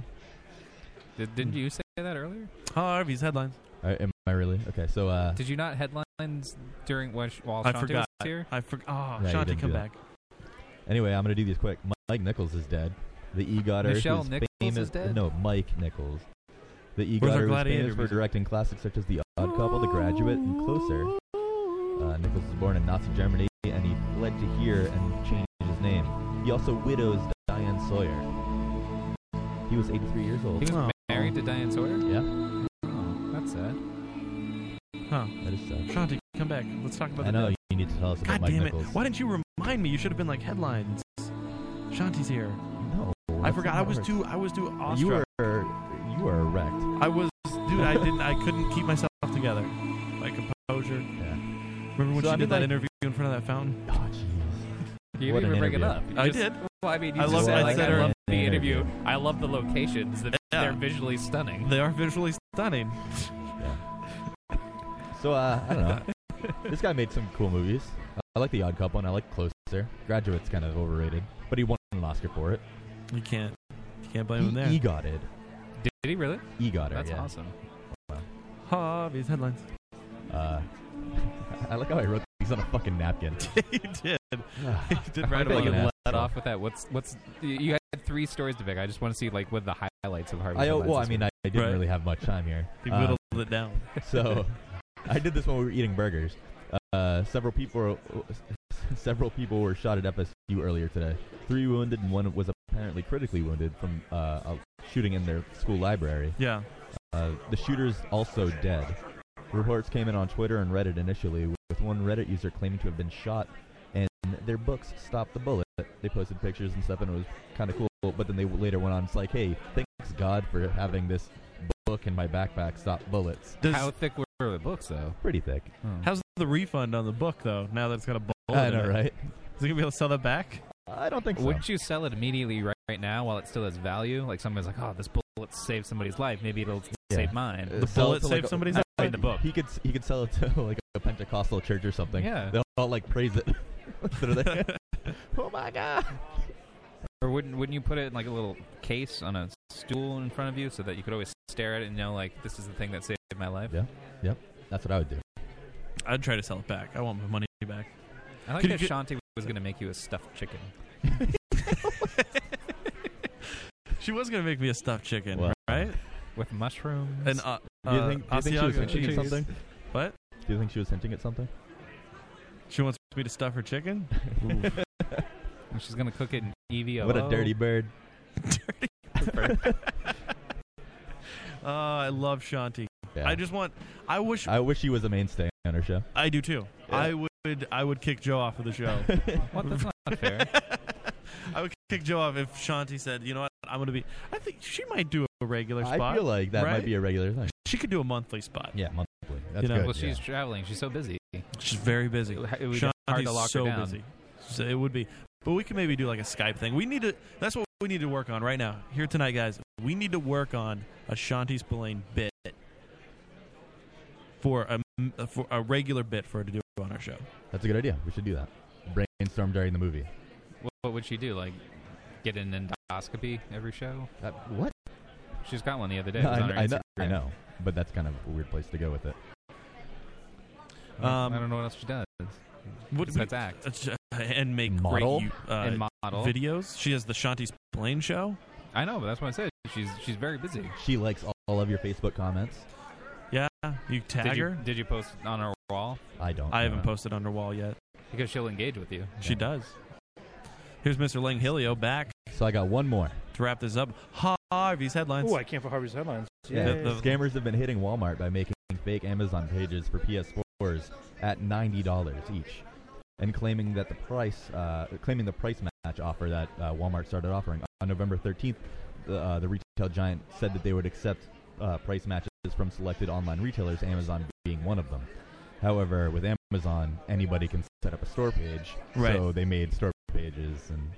Speaker 7: Did, didn't you say that earlier?
Speaker 5: Harvey's headlines.
Speaker 6: I, am I really okay? So, uh,
Speaker 7: Did you not headlines during when, while
Speaker 5: I
Speaker 7: Shanti
Speaker 5: forgot.
Speaker 7: was here?
Speaker 5: I forgot. Oh,
Speaker 6: Yeah, you
Speaker 5: Shanti,
Speaker 6: didn't
Speaker 5: come
Speaker 6: do
Speaker 5: back.
Speaker 6: that. anyway, I'm gonna do these quick. Mike Nichols is dead. The E Goddard.
Speaker 7: Michelle
Speaker 6: who's
Speaker 7: Nichols
Speaker 6: famous,
Speaker 7: is dead?
Speaker 6: No, Mike Nichols. The E
Speaker 5: Where's our
Speaker 6: Goddard was
Speaker 5: gladiator
Speaker 6: famous for
Speaker 5: music?
Speaker 6: directing classics such as The Odd Couple, The Graduate, and Closer. Uh, Nichols was born in Nazi Germany, and he fled to here and changed his name. He also widows Diane Sawyer. He was 83 years old.
Speaker 7: He
Speaker 5: Oh.
Speaker 7: was married to Diane Sawyer.
Speaker 6: yeah,
Speaker 7: Oh, that's sad.
Speaker 5: Huh?
Speaker 6: that is sad.
Speaker 5: Shanti, come back. Let's talk about.
Speaker 6: I
Speaker 5: the
Speaker 6: know
Speaker 5: dead.
Speaker 6: you need to tell us about
Speaker 5: God
Speaker 6: Mike
Speaker 5: damn it!
Speaker 6: Nichols.
Speaker 5: Why didn't you remind me? You should have been like headlines. Shanti's here.
Speaker 6: No,
Speaker 5: I
Speaker 6: that's
Speaker 5: forgot.
Speaker 6: not
Speaker 5: I was
Speaker 6: right.
Speaker 5: too. I was too awestruck.
Speaker 6: You were you were wrecked.
Speaker 5: I was, dude. I didn't. I couldn't keep myself together. Like composure.
Speaker 6: Yeah.
Speaker 5: Remember when
Speaker 6: So,
Speaker 5: she
Speaker 6: I
Speaker 5: did
Speaker 6: mean,
Speaker 5: that
Speaker 6: like-
Speaker 5: interview in front of that fountain?
Speaker 6: Oh jeez.
Speaker 7: You
Speaker 6: What an
Speaker 7: didn't even bring it
Speaker 6: interview.
Speaker 7: up. You
Speaker 5: I
Speaker 7: just-
Speaker 5: did.
Speaker 7: Well, I mean,
Speaker 5: I
Speaker 7: you
Speaker 5: love-
Speaker 7: just said,
Speaker 5: I
Speaker 7: like,
Speaker 5: said
Speaker 7: I
Speaker 5: earlier-
Speaker 7: love the interview. I love the locations. The,
Speaker 5: Yeah.
Speaker 7: They're visually stunning.
Speaker 5: They are visually stunning.
Speaker 6: So uh, I don't know. (laughs) this guy made some cool movies. I like The Odd Couple, and I like Closer. Graduate's kind of overrated, but he won an Oscar for it.
Speaker 5: You can't, you can't blame him there.
Speaker 6: He got it.
Speaker 7: Did he really?
Speaker 6: He got it.
Speaker 7: That's
Speaker 6: yeah.
Speaker 7: awesome.
Speaker 5: Harvey's headlines.
Speaker 6: Uh, (laughs) I like how I wrote these on a fucking
Speaker 5: (laughs)
Speaker 6: napkin.
Speaker 5: (laughs)
Speaker 6: (sighs)
Speaker 5: he did. He
Speaker 7: I
Speaker 5: did right
Speaker 7: hope
Speaker 5: about
Speaker 7: that you
Speaker 5: that.
Speaker 7: let off with that. What's what's you had three stories to pick. I just want to see like what the highlights of Harvey.
Speaker 6: I, oh,
Speaker 7: Weinstein's
Speaker 6: well, I
Speaker 7: were.
Speaker 6: mean, I, I didn't
Speaker 5: Right.
Speaker 6: really have much time here.
Speaker 5: He
Speaker 6: Um,
Speaker 5: whittled it (laughs) down.
Speaker 6: so (laughs) I did this when we were eating burgers. Uh, several people, (laughs) several people were shot at FSU earlier today. Three wounded, and one was apparently critically wounded from uh, a shooting in their school library.
Speaker 5: Yeah.
Speaker 6: Uh, the shooter's also dead. Reports came in on Twitter and Reddit initially, with one Reddit user claiming to have been shot, and their books stopped the bullet. They posted pictures and stuff, and it was kind of cool. But then they later went on, it's like, hey, thanks God for having this book in my backpack stop bullets.
Speaker 7: How thick were the books though?
Speaker 6: Pretty thick.
Speaker 7: Hmm.
Speaker 5: How's the refund on the book though? Now that it's got a bullet.
Speaker 6: I
Speaker 5: in
Speaker 6: know,
Speaker 5: it?
Speaker 6: right?
Speaker 5: Is he gonna be able to sell that back?
Speaker 6: I don't think so.
Speaker 7: Wouldn't you sell it immediately right, right now while it still has value? Like someone's like, oh, this bullet saved somebody's life. Maybe it'll
Speaker 6: Yeah.
Speaker 7: save mine.
Speaker 6: Uh, sell it to, like, a-
Speaker 7: I mean, The book.
Speaker 6: He could he could sell it to like a Pentecostal church or something.
Speaker 7: Yeah.
Speaker 6: they'll all like praise it. (laughs) They're there.
Speaker 7: (laughs)
Speaker 6: oh my god!
Speaker 7: Or wouldn't wouldn't you put it in like a little case on a stool in front of you so that you could always stare at it and know like this is the thing that saved my life?
Speaker 6: Yeah. Yep, that's what I would do.
Speaker 5: I'd try to sell it back. I want my money back.
Speaker 7: I like
Speaker 5: Could
Speaker 7: that
Speaker 5: you-
Speaker 7: Shanti was going to make you a stuffed
Speaker 6: (laughs)
Speaker 7: chicken. (laughs)
Speaker 5: She was gonna make me a stuffed chicken,
Speaker 6: Wow.
Speaker 5: right?
Speaker 7: With mushrooms.
Speaker 5: And uh,
Speaker 6: Do you
Speaker 5: uh,
Speaker 6: think, do you think she was
Speaker 5: Asiago-
Speaker 6: hinting at something?
Speaker 5: What?
Speaker 6: Do you think she was hinting at
Speaker 5: (laughs)
Speaker 6: something? (laughs)
Speaker 5: She wants me to stuff her chicken. (laughs)
Speaker 7: And she's going to cook it in EVO.
Speaker 6: What a dirty
Speaker 5: (laughs)
Speaker 6: bird!
Speaker 5: Oh, I love Shanti.
Speaker 6: Yeah.
Speaker 5: I just want. I wish. I,
Speaker 6: I wish she was a mainstay on her
Speaker 5: (laughs)
Speaker 6: show.
Speaker 5: do too. I would. I would kick Joe off of
Speaker 6: (laughs)
Speaker 5: the show.
Speaker 7: What? That's not fair.
Speaker 5: (laughs) I would kick Joe off if Shanti said, "You know what? I'm gonna be." I think she might do a regular spot.
Speaker 6: I feel like that
Speaker 5: right?
Speaker 6: might be a regular thing.
Speaker 5: she could do a monthly spot.
Speaker 6: Yeah, monthly. That's
Speaker 5: You know,
Speaker 6: good.
Speaker 7: well, she's
Speaker 6: yeah.
Speaker 7: traveling. She's so busy.
Speaker 5: She's very busy.
Speaker 7: It would be
Speaker 5: Shanti's
Speaker 7: hard to lock her
Speaker 5: so
Speaker 7: down.
Speaker 5: busy. So it would be. But we can maybe do like a Skype thing. We need to. That's what we need to work on right now. Here tonight, guys. We need to work on a Shanti Spillane bit for a for a regular bit for her to do on our show.
Speaker 6: That's a good idea. We should do that. Brainstorm during the movie.
Speaker 7: What, what would she do? Like get an endoscopy every show?
Speaker 6: That, Uh, what?
Speaker 7: She's got one the other day. It
Speaker 6: No,
Speaker 7: was
Speaker 6: I,
Speaker 7: on her
Speaker 6: I know, I
Speaker 7: Instagram.
Speaker 6: know, but that's kind of a weird place to go with it.
Speaker 7: I don't-
Speaker 5: Um,
Speaker 7: I don't know what else she does.
Speaker 5: What
Speaker 7: Besides act
Speaker 5: (laughs) and make
Speaker 6: Model?
Speaker 5: great uh,
Speaker 7: and model.
Speaker 5: videos. She has the Shanti Spillane show.
Speaker 7: I know, but that's what I said. She's she's very busy.
Speaker 6: She likes all, all of your Facebook comments.
Speaker 5: Yeah, you
Speaker 7: Did
Speaker 5: tag
Speaker 7: you,
Speaker 5: her.
Speaker 7: did you post on her wall?
Speaker 6: I don't.
Speaker 5: I haven't
Speaker 6: know.
Speaker 5: posted on her wall yet.
Speaker 7: Because she'll engage with you.
Speaker 5: She does. Here's Mr. Langhilio back
Speaker 6: So I got one more.
Speaker 5: to wrap this up. Harvey's headlines.
Speaker 9: Oh, I came for Harvey's headlines.
Speaker 5: Yeah,
Speaker 9: Yay.
Speaker 5: the-
Speaker 6: Scammers have been hitting Walmart by making fake Amazon pages for PS4s at ninety dollars each, and claiming that the price, uh, claiming the price match offer that uh, Walmart started offering on November thirteenth. The, uh, the retail giant said that they would accept uh, price matches from selected online retailers, Amazon being one of them. However, with Amazon, anybody can set up a store page,
Speaker 5: Right.
Speaker 6: so they made store pages and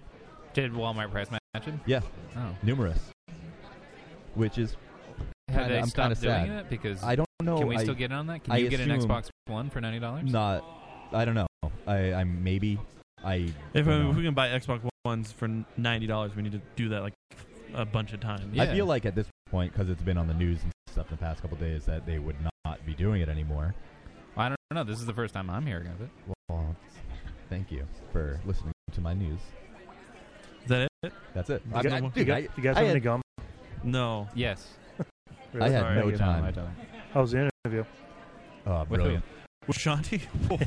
Speaker 7: Did Walmart price match it?
Speaker 6: yeah,
Speaker 7: Oh.
Speaker 6: numerous, which is
Speaker 7: Have
Speaker 6: Kinda-
Speaker 7: they
Speaker 6: I'm
Speaker 7: stopped
Speaker 6: kinda sad.
Speaker 7: doing it? Because
Speaker 6: I don't know.
Speaker 7: can we
Speaker 6: I-
Speaker 7: still get in on that? Can
Speaker 6: I
Speaker 7: you get an
Speaker 6: assume-
Speaker 7: Xbox One for ninety dollars?
Speaker 6: Not, I don't know. I, I maybe, I.
Speaker 5: If,
Speaker 6: don't
Speaker 5: uh,
Speaker 6: know.
Speaker 5: if we can buy Xbox Ones for ninety dollars, we need to do that like a bunch of times.
Speaker 6: I feel like at this point, because it's been on the news and stuff the past couple days, that they would not be doing it anymore.
Speaker 7: I don't know. This is the first time I'm hearing of it.
Speaker 6: Well, thank you for listening to my news.
Speaker 5: Is that it?
Speaker 6: That's it.
Speaker 9: You,
Speaker 6: I'm
Speaker 9: guys,
Speaker 6: not-
Speaker 9: you,
Speaker 6: dude, I,
Speaker 9: guys, you guys
Speaker 6: I
Speaker 9: have any
Speaker 6: had,
Speaker 9: gum?
Speaker 5: No.
Speaker 7: Yes.
Speaker 6: I
Speaker 9: Really?
Speaker 6: had
Speaker 5: Sorry,
Speaker 6: no
Speaker 7: No, I
Speaker 6: time.
Speaker 7: don't.
Speaker 9: How was the interview?
Speaker 6: Oh,
Speaker 7: who?
Speaker 6: brilliant.
Speaker 5: With Shanti? Oh my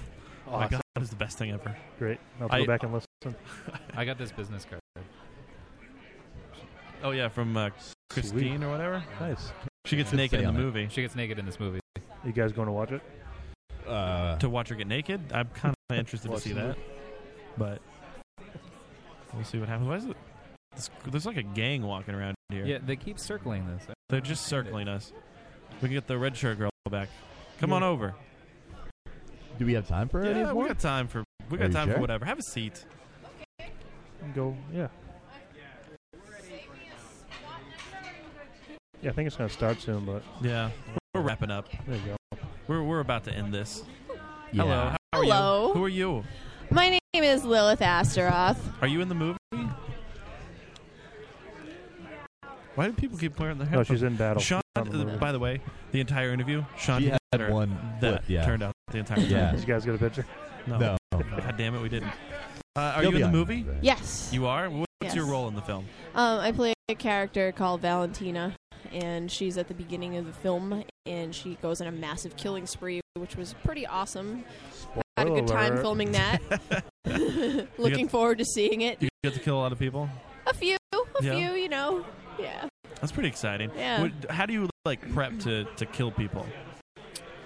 Speaker 9: Awesome.
Speaker 5: god, that is the best thing ever.
Speaker 9: Great. I'll
Speaker 5: I-
Speaker 9: go back and listen.
Speaker 7: (laughs) I got this business card.
Speaker 5: Oh yeah, from uh, Christine or whatever.
Speaker 9: Nice.
Speaker 5: She gets
Speaker 6: Should
Speaker 5: naked
Speaker 6: stay
Speaker 5: in the
Speaker 6: on it.
Speaker 5: movie.
Speaker 7: She gets naked in this movie.
Speaker 9: You guys going to watch it?
Speaker 6: Uh,
Speaker 5: To watch her get naked, I'm kind of interested to
Speaker 9: Watch
Speaker 5: see
Speaker 9: the
Speaker 5: that. But we'll see what happens. Why is it? this- There's like a gang walking around here.
Speaker 7: Yeah, they keep circling this.
Speaker 5: They're just circling us. We can get the red shirt girl back. Come on over.
Speaker 6: do we have time for it?
Speaker 5: Yeah, we got time for we
Speaker 6: Are
Speaker 5: got
Speaker 6: you
Speaker 5: time for
Speaker 6: sure?
Speaker 5: whatever. Have a seat.
Speaker 9: Go. Yeah. Yeah, I think it's going to start soon, but
Speaker 5: Yeah, we're wrapping up.
Speaker 9: There you go.
Speaker 5: We're we're about to end this.
Speaker 9: Yeah.
Speaker 5: Hello. How are
Speaker 13: Hello.
Speaker 5: you? Who are you?
Speaker 13: My name is Lilith Astaroth.
Speaker 5: Are you in the movie? Why do people keep wearing their
Speaker 9: No,
Speaker 5: headphones?
Speaker 9: she's in battle.
Speaker 5: Sean, uh,
Speaker 9: She's not in the movie.
Speaker 5: by the way, the entire interview, Sean
Speaker 9: She
Speaker 5: had
Speaker 9: had
Speaker 5: her-
Speaker 9: one
Speaker 5: that
Speaker 9: clip, yeah.
Speaker 5: turned out the entire time. (laughs)
Speaker 9: Yeah. Did you guys get a picture?
Speaker 5: No.
Speaker 9: No.
Speaker 6: (laughs)
Speaker 5: God damn it, we didn't. Uh,
Speaker 9: You'll
Speaker 5: are you in
Speaker 9: be
Speaker 5: the
Speaker 9: on
Speaker 5: movie?
Speaker 9: it.
Speaker 13: Yes.
Speaker 5: You are? What's
Speaker 13: Yes.
Speaker 5: your role in the film?
Speaker 13: Um, I play a character called Valentina, and she's at the beginning of the film, and she goes on a massive killing spree, which was pretty
Speaker 5: (laughs)
Speaker 13: awesome. Had a
Speaker 9: Oh,
Speaker 13: good
Speaker 5: Spoiler
Speaker 13: time
Speaker 5: alert.
Speaker 13: filming that.
Speaker 5: (laughs)
Speaker 13: (laughs) Looking
Speaker 5: got-
Speaker 13: forward to seeing it.
Speaker 5: You get to kill a lot of people?
Speaker 13: A few, a
Speaker 5: Yeah.
Speaker 13: few, you know. Yeah.
Speaker 5: That's pretty exciting.
Speaker 13: Yeah.
Speaker 5: What, how do you like prep to, to kill people?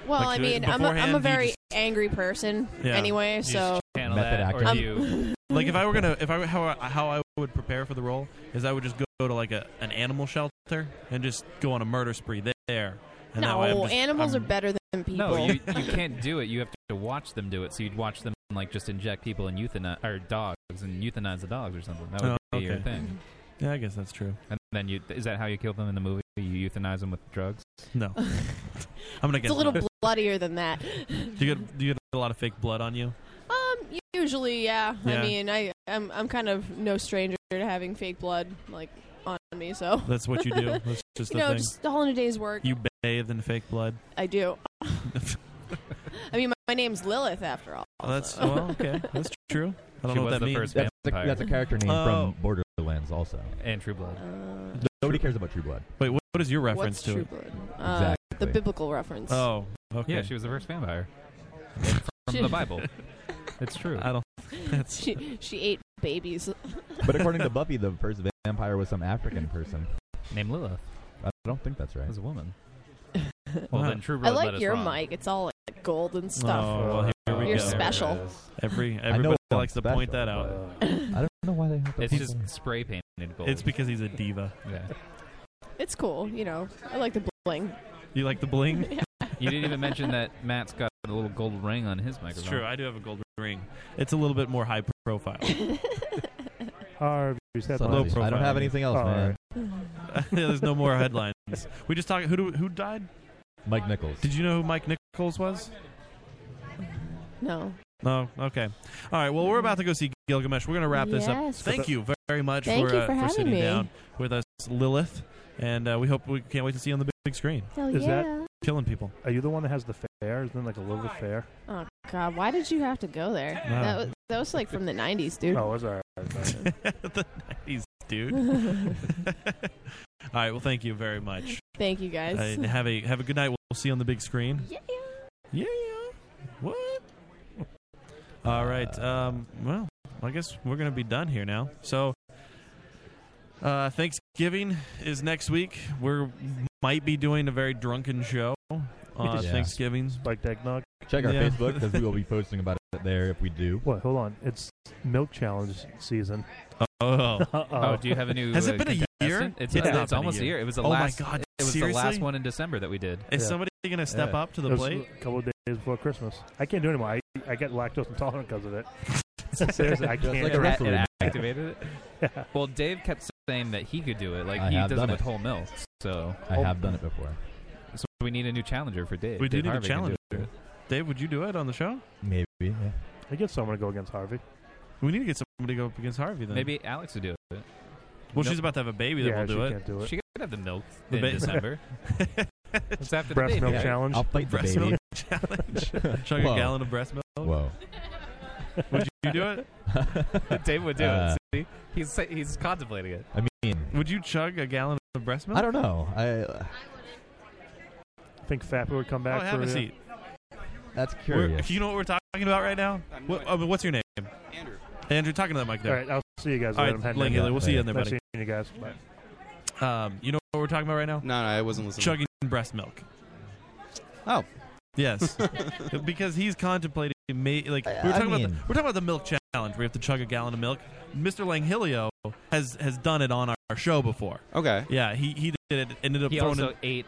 Speaker 13: Well,
Speaker 5: Like,
Speaker 13: I
Speaker 5: do it
Speaker 13: mean, I'm a,
Speaker 5: beforehand,
Speaker 13: I'm
Speaker 5: do
Speaker 13: a
Speaker 5: you
Speaker 13: very
Speaker 5: just-
Speaker 13: angry person
Speaker 5: Yeah.
Speaker 13: anyway,
Speaker 5: You just
Speaker 13: so.
Speaker 7: channel
Speaker 5: Method
Speaker 7: that, or
Speaker 5: acting.
Speaker 13: Um,
Speaker 7: you.
Speaker 5: Like if I were gonna, if I how I- how I would prepare for the role is I would just go, go to like a an animal shelter and just go on a murder spree there. And that way I'm
Speaker 13: no,
Speaker 5: just-
Speaker 13: animals
Speaker 5: I'm-
Speaker 13: are better than people.
Speaker 7: No, you, you can't do it. You have to watch them do it. So you'd watch them like just inject people and euthanize or dogs and euthanize the dogs or something. That would
Speaker 5: Oh,
Speaker 7: be your
Speaker 5: okay.
Speaker 7: thing.
Speaker 5: Yeah, I guess that's true.
Speaker 7: And then you is that how you kill them in the movie? You euthanize them with drugs?
Speaker 13: (laughs)
Speaker 5: No. I'm gonna
Speaker 13: it's
Speaker 5: get
Speaker 13: a little bloodier than that.
Speaker 5: Do you get do you get a lot of fake blood on you?
Speaker 13: Um, usually, yeah.
Speaker 5: Yeah.
Speaker 13: I mean, I I'm I'm kind of no stranger to having fake blood like on me, so
Speaker 5: That's what you do.
Speaker 13: (laughs)
Speaker 5: That's just the
Speaker 13: you know,
Speaker 5: thing.
Speaker 13: just all in a day's work.
Speaker 5: You bathed in fake blood.
Speaker 13: I do. (laughs) I mean, my, my name's Lilith after all.
Speaker 5: Oh, that's
Speaker 13: so.
Speaker 5: well, okay.
Speaker 13: (laughs)
Speaker 5: That's true. I don't
Speaker 7: She
Speaker 5: know what
Speaker 7: was
Speaker 5: that
Speaker 7: the
Speaker 5: means.
Speaker 7: first
Speaker 6: That's, the,
Speaker 7: vampire.
Speaker 6: that's a character name
Speaker 5: Oh.
Speaker 6: from Borderlands, also.
Speaker 7: And True Blood.
Speaker 6: Nobody cares about True Blood.
Speaker 5: Wait, what, what is your
Speaker 13: What's
Speaker 5: reference to
Speaker 13: true
Speaker 5: it?
Speaker 13: blood? Uh, The
Speaker 6: Exactly.
Speaker 13: biblical reference.
Speaker 5: Oh, okay.
Speaker 7: Yeah, she was the first (laughs) vampire from
Speaker 13: She-
Speaker 7: the Bible. It's true.
Speaker 5: I
Speaker 7: (laughs)
Speaker 5: don't. That's
Speaker 13: She she ate babies.
Speaker 6: But
Speaker 5: (laughs)
Speaker 6: according to Buffy, the first vampire was some African person.
Speaker 7: Named Lilith.
Speaker 6: I don't think that's right.
Speaker 7: As a woman. Well,
Speaker 5: Wow.
Speaker 7: then True
Speaker 13: uh, I
Speaker 7: Blood led
Speaker 13: like
Speaker 7: us
Speaker 13: your
Speaker 7: wrong.
Speaker 13: mic. It's all like gold and
Speaker 5: Oh,
Speaker 13: stuff.
Speaker 5: well, here we
Speaker 13: You're
Speaker 5: go.
Speaker 13: special.
Speaker 5: Every
Speaker 6: know
Speaker 5: everybody
Speaker 6: I'm
Speaker 5: likes to point
Speaker 6: special,
Speaker 5: that out.
Speaker 6: (laughs) I don't know why they have to.
Speaker 7: It's
Speaker 6: put
Speaker 7: just
Speaker 6: that.
Speaker 7: spray painted gold.
Speaker 5: It's because he's a diva.
Speaker 7: yeah.
Speaker 13: It's cool, you know. I like the bling.
Speaker 5: (laughs) You like the bling?
Speaker 7: You didn't even mention that Matt's got a little gold ring on his microphone.
Speaker 5: It's true. I do have a gold ring. It's a little bit more high
Speaker 13: (laughs)
Speaker 5: profile. (laughs)
Speaker 9: Harvey's that's
Speaker 6: So
Speaker 5: low
Speaker 6: I
Speaker 5: profile.
Speaker 6: don't have anything else,
Speaker 9: Oh,
Speaker 6: man.
Speaker 9: alright.
Speaker 5: There's no more headlines. We just talked. Who do, who died?
Speaker 6: Mike Nichols.
Speaker 5: Did you know who Mike Nichols was?
Speaker 13: (laughs) No.
Speaker 5: No. Oh, Okay. All right. Well, we're about to go see Gilgamesh. We're going to wrap this up.
Speaker 13: Yes.
Speaker 5: Thank you ve- very much
Speaker 13: Thank
Speaker 5: for,
Speaker 13: you
Speaker 5: uh,
Speaker 13: for having
Speaker 5: sitting
Speaker 13: me.
Speaker 5: down with us, Lilith, and uh, we hope we can't wait to see you on the big, big screen,
Speaker 13: Hell
Speaker 9: Is that-
Speaker 13: yeah.
Speaker 5: killing people. (laughs)
Speaker 9: Are you the one that has the fair? Isn't it like a little fair?
Speaker 13: Oh God, why did you have to go there?
Speaker 5: Wow.
Speaker 13: That was that was like from the '90s, dude.
Speaker 9: Oh, it's all right.
Speaker 5: the nineties,
Speaker 13: (laughs)
Speaker 5: dude. (laughs) All right. Well, thank you very much.
Speaker 13: Thank you guys.
Speaker 5: Uh, have a have a good night. We'll see you on the big screen.
Speaker 13: yeah.
Speaker 5: Yeah. What? All right. Um, well, I guess we're gonna be done here now. So, uh, Thanksgiving is next week. We're might be doing a very drunken show on
Speaker 6: just- Yeah.
Speaker 5: Thanksgiving.
Speaker 9: Spiked eggnog.
Speaker 6: Check our
Speaker 5: Yeah.
Speaker 6: Facebook because we will be posting about it there if we do.
Speaker 9: What? Hold on. It's milk challenge season.
Speaker 7: (laughs)
Speaker 5: Oh,
Speaker 9: (laughs) Uh-oh.
Speaker 7: Oh, do you have a new?
Speaker 5: Has
Speaker 7: uh,
Speaker 5: it been a year?
Speaker 7: contestant? It's,
Speaker 5: It's
Speaker 7: uh,
Speaker 5: not
Speaker 7: it's
Speaker 5: been a
Speaker 7: almost
Speaker 5: year.
Speaker 7: It was the
Speaker 5: Oh my
Speaker 7: last.
Speaker 5: God,
Speaker 7: It was the last
Speaker 5: seriously?
Speaker 7: one in December that
Speaker 5: (laughs)
Speaker 7: we did.
Speaker 5: is
Speaker 9: Yeah.
Speaker 5: somebody gonna step
Speaker 7: Yeah.
Speaker 5: up to
Speaker 9: It
Speaker 5: the
Speaker 9: was
Speaker 5: plate?
Speaker 9: A couple of days before Christmas. I can't do it anymore. I, I get lactose intolerant because of it. (laughs) Seriously, I
Speaker 6: Just
Speaker 9: can't.
Speaker 6: like a
Speaker 9: do it.
Speaker 7: That-
Speaker 6: wrestling
Speaker 7: it
Speaker 6: match.
Speaker 7: activated it. Well, Dave kept saying that he could do it. Like
Speaker 6: I
Speaker 7: he
Speaker 6: have
Speaker 7: does it
Speaker 6: done
Speaker 7: with
Speaker 6: it.
Speaker 7: whole milk. So,
Speaker 6: I have
Speaker 5: Oh.
Speaker 6: done it before.
Speaker 7: so we need a new challenger for Dave.
Speaker 5: We do
Speaker 7: Dave
Speaker 5: need a
Speaker 7: Harvey can do
Speaker 5: challenger. Dave, would you do it on the show?
Speaker 6: Maybe. Yeah.
Speaker 9: I guess someone to go against Harvey.
Speaker 5: We need to get somebody to go up against Harvey
Speaker 7: it.
Speaker 5: then.
Speaker 7: Maybe Alex would do it.
Speaker 5: Well,
Speaker 7: Nope.
Speaker 5: she's about to have a baby that
Speaker 9: yeah,
Speaker 5: will
Speaker 9: she
Speaker 5: do it.
Speaker 9: can't
Speaker 5: (laughs)
Speaker 9: do it.
Speaker 7: She could have the milk
Speaker 5: The
Speaker 7: in
Speaker 5: ba- (laughs)
Speaker 7: December. it's after
Speaker 9: Breast
Speaker 7: the baby.
Speaker 9: milk
Speaker 7: right?
Speaker 9: challenge.
Speaker 6: I'll fight the
Speaker 5: breast
Speaker 6: baby.
Speaker 5: milk (laughs) challenge. Chug a
Speaker 6: Whoa.
Speaker 5: gallon of breast milk.
Speaker 6: Whoa.
Speaker 5: (laughs) Would you do it?
Speaker 6: (laughs)
Speaker 7: (laughs) Dave would do
Speaker 6: Uh,
Speaker 7: it. See? He's he's contemplating it.
Speaker 6: I mean,
Speaker 5: Would you chug a gallon of breast milk?
Speaker 6: I don't know. I.
Speaker 9: I (laughs) think Fappy would come back
Speaker 5: oh,
Speaker 9: for
Speaker 5: have
Speaker 9: uh,
Speaker 5: a seat.
Speaker 6: That's
Speaker 5: We're-
Speaker 6: curious.
Speaker 5: you know what we're talking about right now? What, uh, what's your name? Andrew. Andrew, talking to the mic
Speaker 9: All
Speaker 5: there.
Speaker 9: right, I'll see you guys.
Speaker 5: All
Speaker 9: later.
Speaker 5: right,
Speaker 9: I'm heading
Speaker 5: Lane
Speaker 9: in.
Speaker 5: Healy, we'll see you in there,
Speaker 9: Nice
Speaker 5: buddy.
Speaker 9: seeing you guys. Bye.
Speaker 5: Um, you know what we're talking about right now?
Speaker 14: No, no, I wasn't listening.
Speaker 5: Chugging breast milk.
Speaker 14: Oh. (laughs)
Speaker 5: Yes, because he's contemplating. Ma- like we
Speaker 6: I-
Speaker 5: were
Speaker 6: I
Speaker 5: talking about, the,
Speaker 6: mean-
Speaker 5: we're talking about the milk challenge. We have to chug a gallon of milk. Mr. Langhilio has has done it on our, our show before.
Speaker 14: Okay.
Speaker 5: Yeah, he he did it. Ended up
Speaker 7: He
Speaker 5: throwing.
Speaker 7: also
Speaker 5: it-
Speaker 7: ate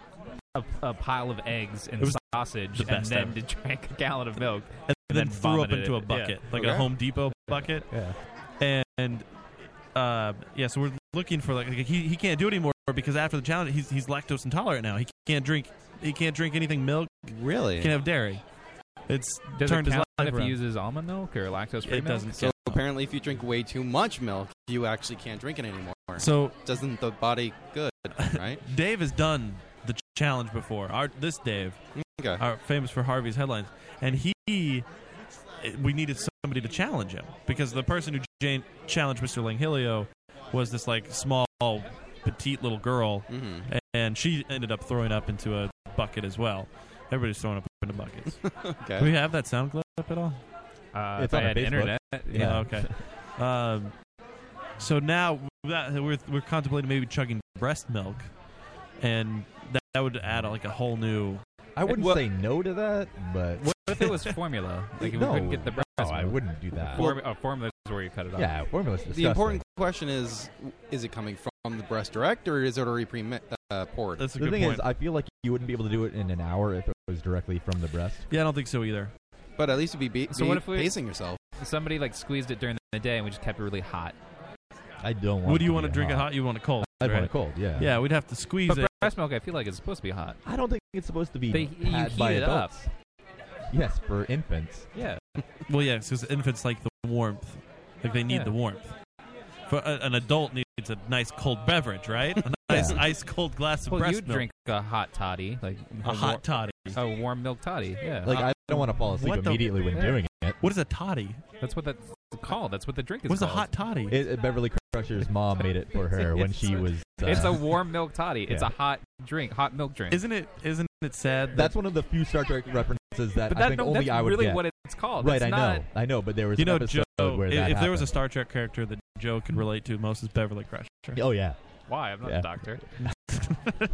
Speaker 7: a, a pile of eggs and
Speaker 5: It was
Speaker 7: sausage,
Speaker 5: the
Speaker 7: and
Speaker 5: best
Speaker 7: then
Speaker 5: ever.
Speaker 7: did drank a gallon
Speaker 5: (laughs)
Speaker 7: of milk.
Speaker 5: and then,
Speaker 7: then
Speaker 5: threw up
Speaker 7: vomited
Speaker 5: into
Speaker 7: it.
Speaker 5: a bucket, like a
Speaker 14: Okay.
Speaker 5: Home Depot bucket.
Speaker 6: yeah.
Speaker 5: and uh, yeah, so we're looking for like he, he can't do it anymore because after the challenge, he's he's lactose intolerant now. He can't drink. He can't drink anything milk.
Speaker 14: Really?
Speaker 5: Can't have dairy. It's
Speaker 7: Does
Speaker 5: turned
Speaker 7: it
Speaker 5: his
Speaker 7: count
Speaker 5: life
Speaker 7: if he
Speaker 5: around.
Speaker 7: uses almond milk or lactose free
Speaker 5: It
Speaker 7: milk?
Speaker 5: doesn't
Speaker 14: So apparently, if you drink way too much milk, you actually can't drink it anymore.
Speaker 5: So-
Speaker 14: doesn't the body good, right?
Speaker 5: (laughs) Dave has done the ch- challenge before. Our this Dave, our famous for Harvey's headlines, and he, we needed somebody to challenge him because the person who jan- challenged Mr. Langhilio was this like small petite little girl,
Speaker 14: Mhm.
Speaker 5: and she ended up throwing up into a bucket as well. Everybody's throwing up into buckets.
Speaker 14: (laughs) Okay.
Speaker 5: Do we have that sound clip at all?
Speaker 7: Uh, It's if I on our had Facebook. internet, yeah.
Speaker 5: Oh, (laughs) okay. Um, so now that we're we're contemplating maybe chugging breast milk, and that, that would add like a whole new.
Speaker 6: (laughs) I wouldn't say no to that, but
Speaker 7: What if it
Speaker 5: (laughs)
Speaker 7: was formula? Like if
Speaker 6: no,
Speaker 7: we couldn't get the breast
Speaker 5: Oh,
Speaker 6: no,
Speaker 7: milk.
Speaker 6: Oh, I wouldn't do that.
Speaker 7: Form, uh, formula is where you cut it off.
Speaker 6: Yeah, formula's
Speaker 14: The important question is: Is it coming from the breast direct, or is it already pre uh, poured?
Speaker 6: the thing is, I feel like you wouldn't be able to do it in an hour if it was directly from the breast.
Speaker 5: Yeah, I don't think so either.
Speaker 14: But at least you'd be, be,
Speaker 7: So what if we
Speaker 14: pacing yourself.
Speaker 7: Somebody like squeezed it during the day and we just kept it really hot.
Speaker 6: I don't
Speaker 5: Would you want to drink it hot? You want it cold?
Speaker 6: I'd want
Speaker 5: right?
Speaker 6: it cold, yeah.
Speaker 5: Yeah, we'd have to squeeze
Speaker 7: But
Speaker 5: it.
Speaker 7: breast milk, I feel like it's supposed to be hot.
Speaker 6: I don't think it's supposed to be
Speaker 7: They- you
Speaker 6: had
Speaker 7: heat
Speaker 6: by
Speaker 7: it up.
Speaker 6: adults. Yes, for infants.
Speaker 7: Yeah.
Speaker 5: well, yeah, because infants like the warmth, like they need
Speaker 7: Yeah.
Speaker 5: the warmth. For a, an adult needs a nice cold beverage, right?
Speaker 6: (laughs)
Speaker 5: A nice ice cold glass of
Speaker 7: Well,
Speaker 5: breast
Speaker 7: you
Speaker 5: milk.
Speaker 7: drink a hot toddy, like
Speaker 5: A hot toddy.
Speaker 7: a warm milk toddy. Yeah,
Speaker 6: Like, I don't wanna fall asleep
Speaker 7: What the-
Speaker 6: immediately when doing it.
Speaker 5: What is a toddy?
Speaker 7: That's what that's called. That's what the drink is.
Speaker 6: What's a
Speaker 7: called.
Speaker 6: hot
Speaker 5: toddy?
Speaker 6: It, it- Beverly Crusher's mom made it for her when she was. Uh,
Speaker 7: it's a warm milk toddy. It's
Speaker 6: yeah.
Speaker 7: a hot drink, hot milk drink.
Speaker 5: Isn't it? Isn't it sad?
Speaker 6: (laughs) That's one of the few Star Trek references that,
Speaker 7: But that-
Speaker 6: I think
Speaker 7: no,
Speaker 6: only
Speaker 7: that's
Speaker 6: I would
Speaker 7: really
Speaker 6: get.
Speaker 7: what it's called.
Speaker 6: Right,
Speaker 7: That's
Speaker 6: I
Speaker 7: not-
Speaker 6: know, I know, but there was
Speaker 5: you
Speaker 6: an
Speaker 5: know
Speaker 6: episode
Speaker 5: Joe.
Speaker 6: where
Speaker 5: if,
Speaker 6: that
Speaker 5: if there was a
Speaker 6: happened.
Speaker 5: Star Trek character that Joe could relate to most, is
Speaker 6: (laughs)
Speaker 5: Beverly Crusher.
Speaker 6: Oh yeah.
Speaker 7: Why? I'm not
Speaker 5: Yeah.
Speaker 7: a doctor. (laughs)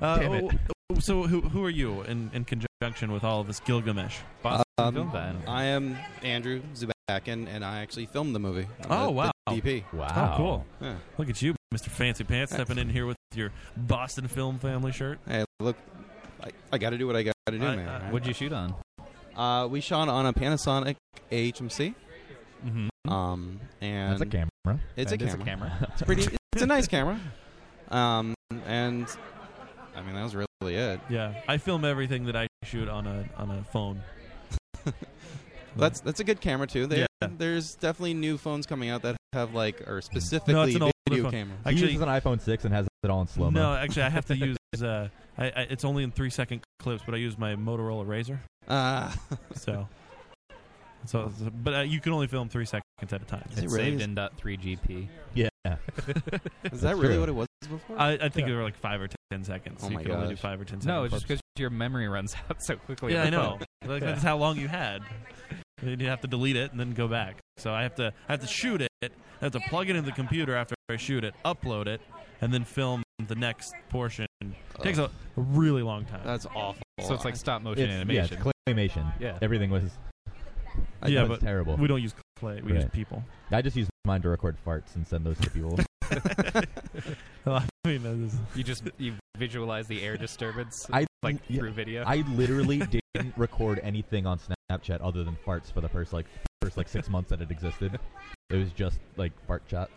Speaker 5: Uh,
Speaker 7: Damn it.
Speaker 5: oh, So who who are you in, in conjunction with all of this Gilgamesh?
Speaker 14: Um, I am Andrew Zubakin, and I actually filmed the movie. I'm
Speaker 5: Oh
Speaker 14: the-
Speaker 5: wow!
Speaker 14: the DP.
Speaker 5: Oh, cool.
Speaker 14: Yeah.
Speaker 5: Look at you, Mr. Fancy Pants, stepping in here with your Boston Film Family shirt.
Speaker 14: Hey, look, I, I got to do what I got to do,
Speaker 5: I-
Speaker 14: man.
Speaker 5: I-
Speaker 14: right?
Speaker 7: What'd you shoot on?
Speaker 14: Uh, we shot on a Panasonic AHMC.
Speaker 5: Mhm.
Speaker 14: Um, and
Speaker 6: That's a camera.
Speaker 14: It's
Speaker 6: That
Speaker 14: a
Speaker 6: is
Speaker 14: camera.
Speaker 6: a (laughs) camera.
Speaker 14: it's pretty. It's a nice camera. Um, and I mean that was really it.
Speaker 5: (laughs) Yeah, I film everything that I shoot on a on a
Speaker 14: (laughs)
Speaker 5: phone.
Speaker 14: That's that's a good camera too. There,
Speaker 5: Yeah.
Speaker 14: there's definitely new phones coming out that have like or specifically
Speaker 5: No, it's an older
Speaker 14: video
Speaker 5: phone.
Speaker 14: camera.
Speaker 6: He uses an iPhone 6 and has it all in slow mo.
Speaker 5: No, actually, I have
Speaker 14: (laughs)
Speaker 5: to use. Uh, I, I, it's only in three second clips, but I use my Motorola Razor.
Speaker 14: Ah.
Speaker 5: so. So, but uh, you can only film three seconds at a
Speaker 14: (laughs)
Speaker 5: time.
Speaker 7: It's saved in dot three GP.
Speaker 6: Yeah.
Speaker 14: Is that really what it was before?
Speaker 5: I, I think
Speaker 7: Yeah.
Speaker 5: they were like five or ten seconds.
Speaker 14: Oh
Speaker 5: you
Speaker 14: my
Speaker 5: could only do
Speaker 14: gosh.
Speaker 5: five or ten seconds.
Speaker 7: No, it's just because your
Speaker 6: (laughs)
Speaker 7: memory runs out so quickly.
Speaker 5: Yeah,
Speaker 7: on
Speaker 5: I
Speaker 7: the
Speaker 5: know.
Speaker 7: phone.
Speaker 5: Like,
Speaker 7: Yeah.
Speaker 5: That's how long you had. Then you have to delete it and then go back. So I have to I have to shoot it. I have to plug it into the computer after I shoot it, upload it, and then film the next portion. It takes a, a really long time.
Speaker 14: That's awful.
Speaker 7: So it's like stop motion
Speaker 6: It's-
Speaker 7: animation.
Speaker 6: Yeah, it's claymation.
Speaker 7: Yeah.
Speaker 6: Everything was. I
Speaker 5: Yeah,
Speaker 6: know it's
Speaker 5: but
Speaker 6: terrible.
Speaker 5: we don't use clay, we use people.
Speaker 6: I just use mine to record farts and send those to
Speaker 5: (laughs)
Speaker 6: people.
Speaker 5: Well, I mean, that is-
Speaker 7: you just you visualize the air disturbance
Speaker 6: (laughs) I
Speaker 7: like
Speaker 6: yeah,
Speaker 7: through video.
Speaker 6: I literally didn't record anything on Snapchat other than farts for the first like first like six months that it existed. It was just like fart shot.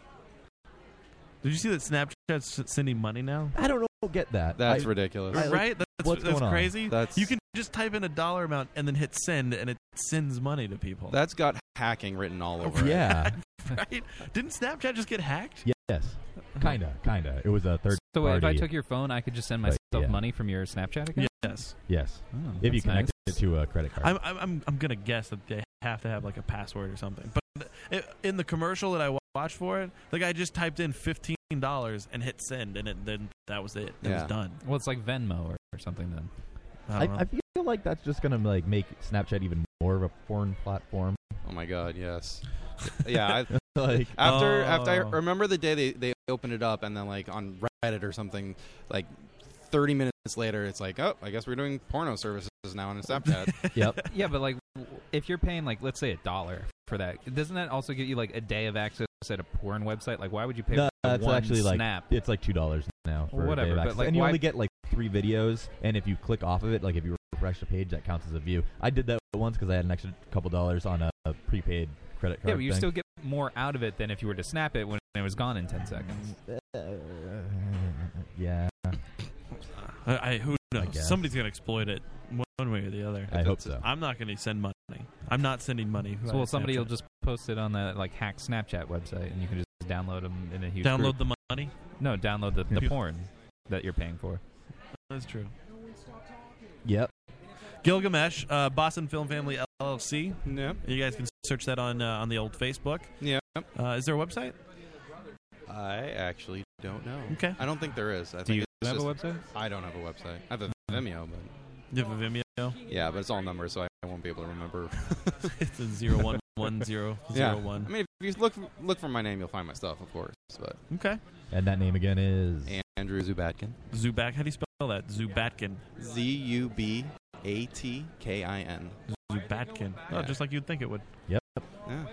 Speaker 5: Did you see that Snapchat's sending money now?
Speaker 6: I don't know. Don't get that.
Speaker 14: That's
Speaker 6: I-
Speaker 14: ridiculous.
Speaker 6: I, like,
Speaker 5: right? That's,
Speaker 6: what's
Speaker 5: that's
Speaker 6: going on?
Speaker 5: crazy.
Speaker 14: That's-
Speaker 5: you can just type in a dollar amount and then hit send, and it sends money to people.
Speaker 14: That's got hacking written all over it.
Speaker 6: Yeah.
Speaker 5: (laughs) right? Didn't Snapchat just get hacked?
Speaker 6: Yes. Kinda. Kinda. It was a third
Speaker 7: So wait,
Speaker 6: party.
Speaker 7: if I took your phone, I could just send myself
Speaker 6: yeah.
Speaker 7: money from your Snapchat account.
Speaker 5: Yes.
Speaker 6: Yes.
Speaker 7: Oh,
Speaker 6: if you
Speaker 7: that's
Speaker 6: connected
Speaker 7: nice.
Speaker 6: it to a credit card.
Speaker 5: I'm, I'm, I'm, I'm gonna guess that they have to have like a password or something. But th- i- in the commercial that I wa- watched for it, the guy just typed in fifteen dollars and hit send, and it, then that was it. It was done.
Speaker 7: Well, it's like Venmo or, or something then.
Speaker 5: I
Speaker 6: I,
Speaker 5: don't know.
Speaker 6: I feel like that's just gonna like make Snapchat even more of a foreign platform. (laughs)
Speaker 14: Oh my god, yes. (laughs) Yeah, I,
Speaker 6: Like-
Speaker 14: after after I
Speaker 6: Oh.
Speaker 14: remember the day they, they opened it up and then like on Reddit or something, like 30 minutes later it's like, "Oh, I guess we're doing porno services now on Snapchat."
Speaker 6: (laughs)
Speaker 7: yeah, but like w- if you're paying like let's say a dollar for that, doesn't that also give you like a day of access at a porn website? Like why would you pay
Speaker 6: No,
Speaker 7: for
Speaker 6: it's
Speaker 7: one
Speaker 6: actually like
Speaker 7: snap?
Speaker 6: it's like two dollars now for
Speaker 7: Or whatever,
Speaker 6: Day of
Speaker 7: but,
Speaker 6: access.
Speaker 7: like,
Speaker 6: and you
Speaker 7: why-
Speaker 6: only get like three videos, and if you click off of it, like if you refresh the page, that counts as a view. I did that once because I had an extra couple dollars on a, a prepaid credit card.
Speaker 7: yeah, but you
Speaker 6: thing.
Speaker 7: still get more out of it than if you were to snap it when it was gone in ten seconds.
Speaker 6: (laughs) Yeah.
Speaker 5: (laughs) I, I who
Speaker 6: I
Speaker 5: knows?
Speaker 6: guess.
Speaker 5: Somebody's gonna exploit it one, one way or the other.
Speaker 6: I hope so.
Speaker 5: I'm not gonna send money. I'm not sending money.
Speaker 7: So,
Speaker 5: via
Speaker 7: well, somebody will
Speaker 5: Snapchat.
Speaker 7: just post it on that like hack Snapchat website, and you can just download them in a huge.
Speaker 5: Download
Speaker 7: group.
Speaker 5: the money?
Speaker 7: No, download the,
Speaker 6: (laughs)
Speaker 7: the
Speaker 5: Yeah.
Speaker 7: porn that you're paying for.
Speaker 5: That's true.
Speaker 6: Yep.
Speaker 5: Gilgamesh, uh, Boston Film Family LLC.
Speaker 14: Yeah.
Speaker 5: You guys can search that on uh, on the old Facebook.
Speaker 14: Yeah.
Speaker 5: Uh, is there a website?
Speaker 14: I actually don't know.
Speaker 5: Okay.
Speaker 14: I don't think there is. I
Speaker 5: Do
Speaker 14: think
Speaker 5: you
Speaker 14: it's
Speaker 5: have a
Speaker 14: just- I don't have a website. I have a Vimeo, but
Speaker 5: You have a Vimeo. (laughs)
Speaker 14: yeah, but it's all numbers, so I I won't be able to remember.
Speaker 5: it's a zero one one zero
Speaker 14: (laughs) yeah.
Speaker 5: zero one.
Speaker 14: I mean, if you look look for my name, you'll find my stuff, of course. But
Speaker 5: Okay.
Speaker 6: And that name again is
Speaker 14: Andrew Zubatkin.
Speaker 5: Zuback. How do you spell that? Zubatkin.
Speaker 14: Z U B A T K I N.
Speaker 5: Zubatkin. Oh,
Speaker 14: Yeah.
Speaker 5: just like you'd think it would.
Speaker 6: Yep.
Speaker 14: Yeah.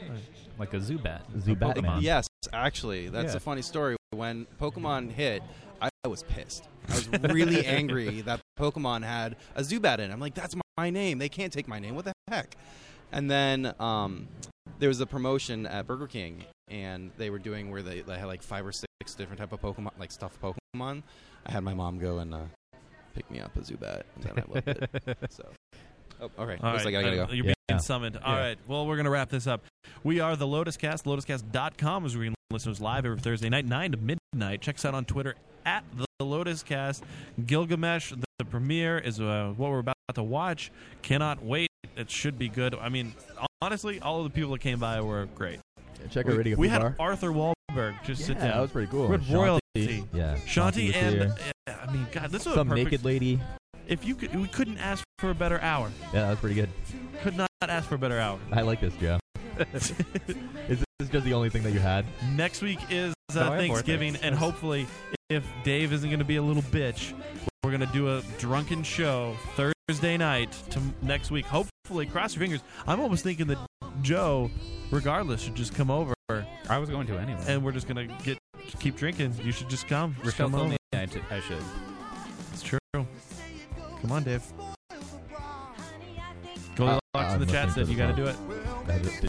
Speaker 7: Like a Zubat.
Speaker 6: Zubatman.
Speaker 7: Pokemon.
Speaker 14: Yes, actually, that's
Speaker 7: Yeah.
Speaker 14: a funny story. When Pokemon hit, I, I was pissed. I was
Speaker 5: (laughs)
Speaker 14: really angry that Pokemon had a Zubat in. it. I'm like, that's my, my name. They can't take my name. What the heck? And then um, there was a promotion at Burger King, and they were doing where they, they had like five or six different type of Pokemon, like stuffed Pokemon. I had my mom go and uh, pick me up a Zubat, and then I loved
Speaker 7: (laughs)
Speaker 14: it. So, oh, all right,
Speaker 5: All
Speaker 14: Looks
Speaker 5: right,
Speaker 14: like I gotta
Speaker 5: uh,
Speaker 14: go.
Speaker 5: You're being summoned. All right.
Speaker 14: Yeah.
Speaker 5: Well, we're going to wrap this up. We are the Lotus Cast. LotusCast.com is where you can listen to us live every Thursday night, 9 to midnight. Check us out on Twitter at the Lotus Cast. Gilgamesh, the, the premiere, is uh, what we're about to watch. Cannot wait. It should be good. I mean, honestly, all of the people that came by were great.
Speaker 6: Check
Speaker 5: we,
Speaker 6: our radio
Speaker 5: We
Speaker 6: food
Speaker 5: had
Speaker 6: bar.
Speaker 5: Arthur Wahlberg just sit
Speaker 6: Yeah,
Speaker 5: down.
Speaker 6: that was pretty cool.
Speaker 5: With
Speaker 6: Shanti.
Speaker 5: royalty.
Speaker 6: Yeah, Shanti
Speaker 5: Shanti
Speaker 6: was
Speaker 5: and,
Speaker 6: here.
Speaker 5: yeah, I mean, God, this was
Speaker 6: Some
Speaker 5: a perfect,
Speaker 6: naked lady.
Speaker 5: If you could, we couldn't ask for a better hour.
Speaker 6: Yeah, that was pretty good.
Speaker 5: Could not ask for a better hour. (laughs)
Speaker 6: I like this, Joe. is this just the only thing that you
Speaker 5: (laughs)
Speaker 6: had?
Speaker 5: Next week is
Speaker 6: No, I have
Speaker 5: uh,
Speaker 6: more
Speaker 5: Thanksgiving,
Speaker 6: things.
Speaker 5: and hopefully, if Dave isn't going to be a little bitch, we're going to do a drunken show Thursday night to next week. Hopefully, cross your fingers. I'm almost thinking that Joe, regardless, should just come over.
Speaker 7: I was going to anyway.
Speaker 5: And we're just going to get keep drinking. You should just come. Just
Speaker 7: Rochelle
Speaker 5: come
Speaker 7: told
Speaker 5: over.
Speaker 7: me I, t- I should.
Speaker 5: It's true. Come on, Dave. Goldilocks
Speaker 6: I'm
Speaker 5: in the chat
Speaker 6: listening
Speaker 5: said
Speaker 6: to
Speaker 5: you got
Speaker 6: the
Speaker 5: to do it.
Speaker 6: song. I just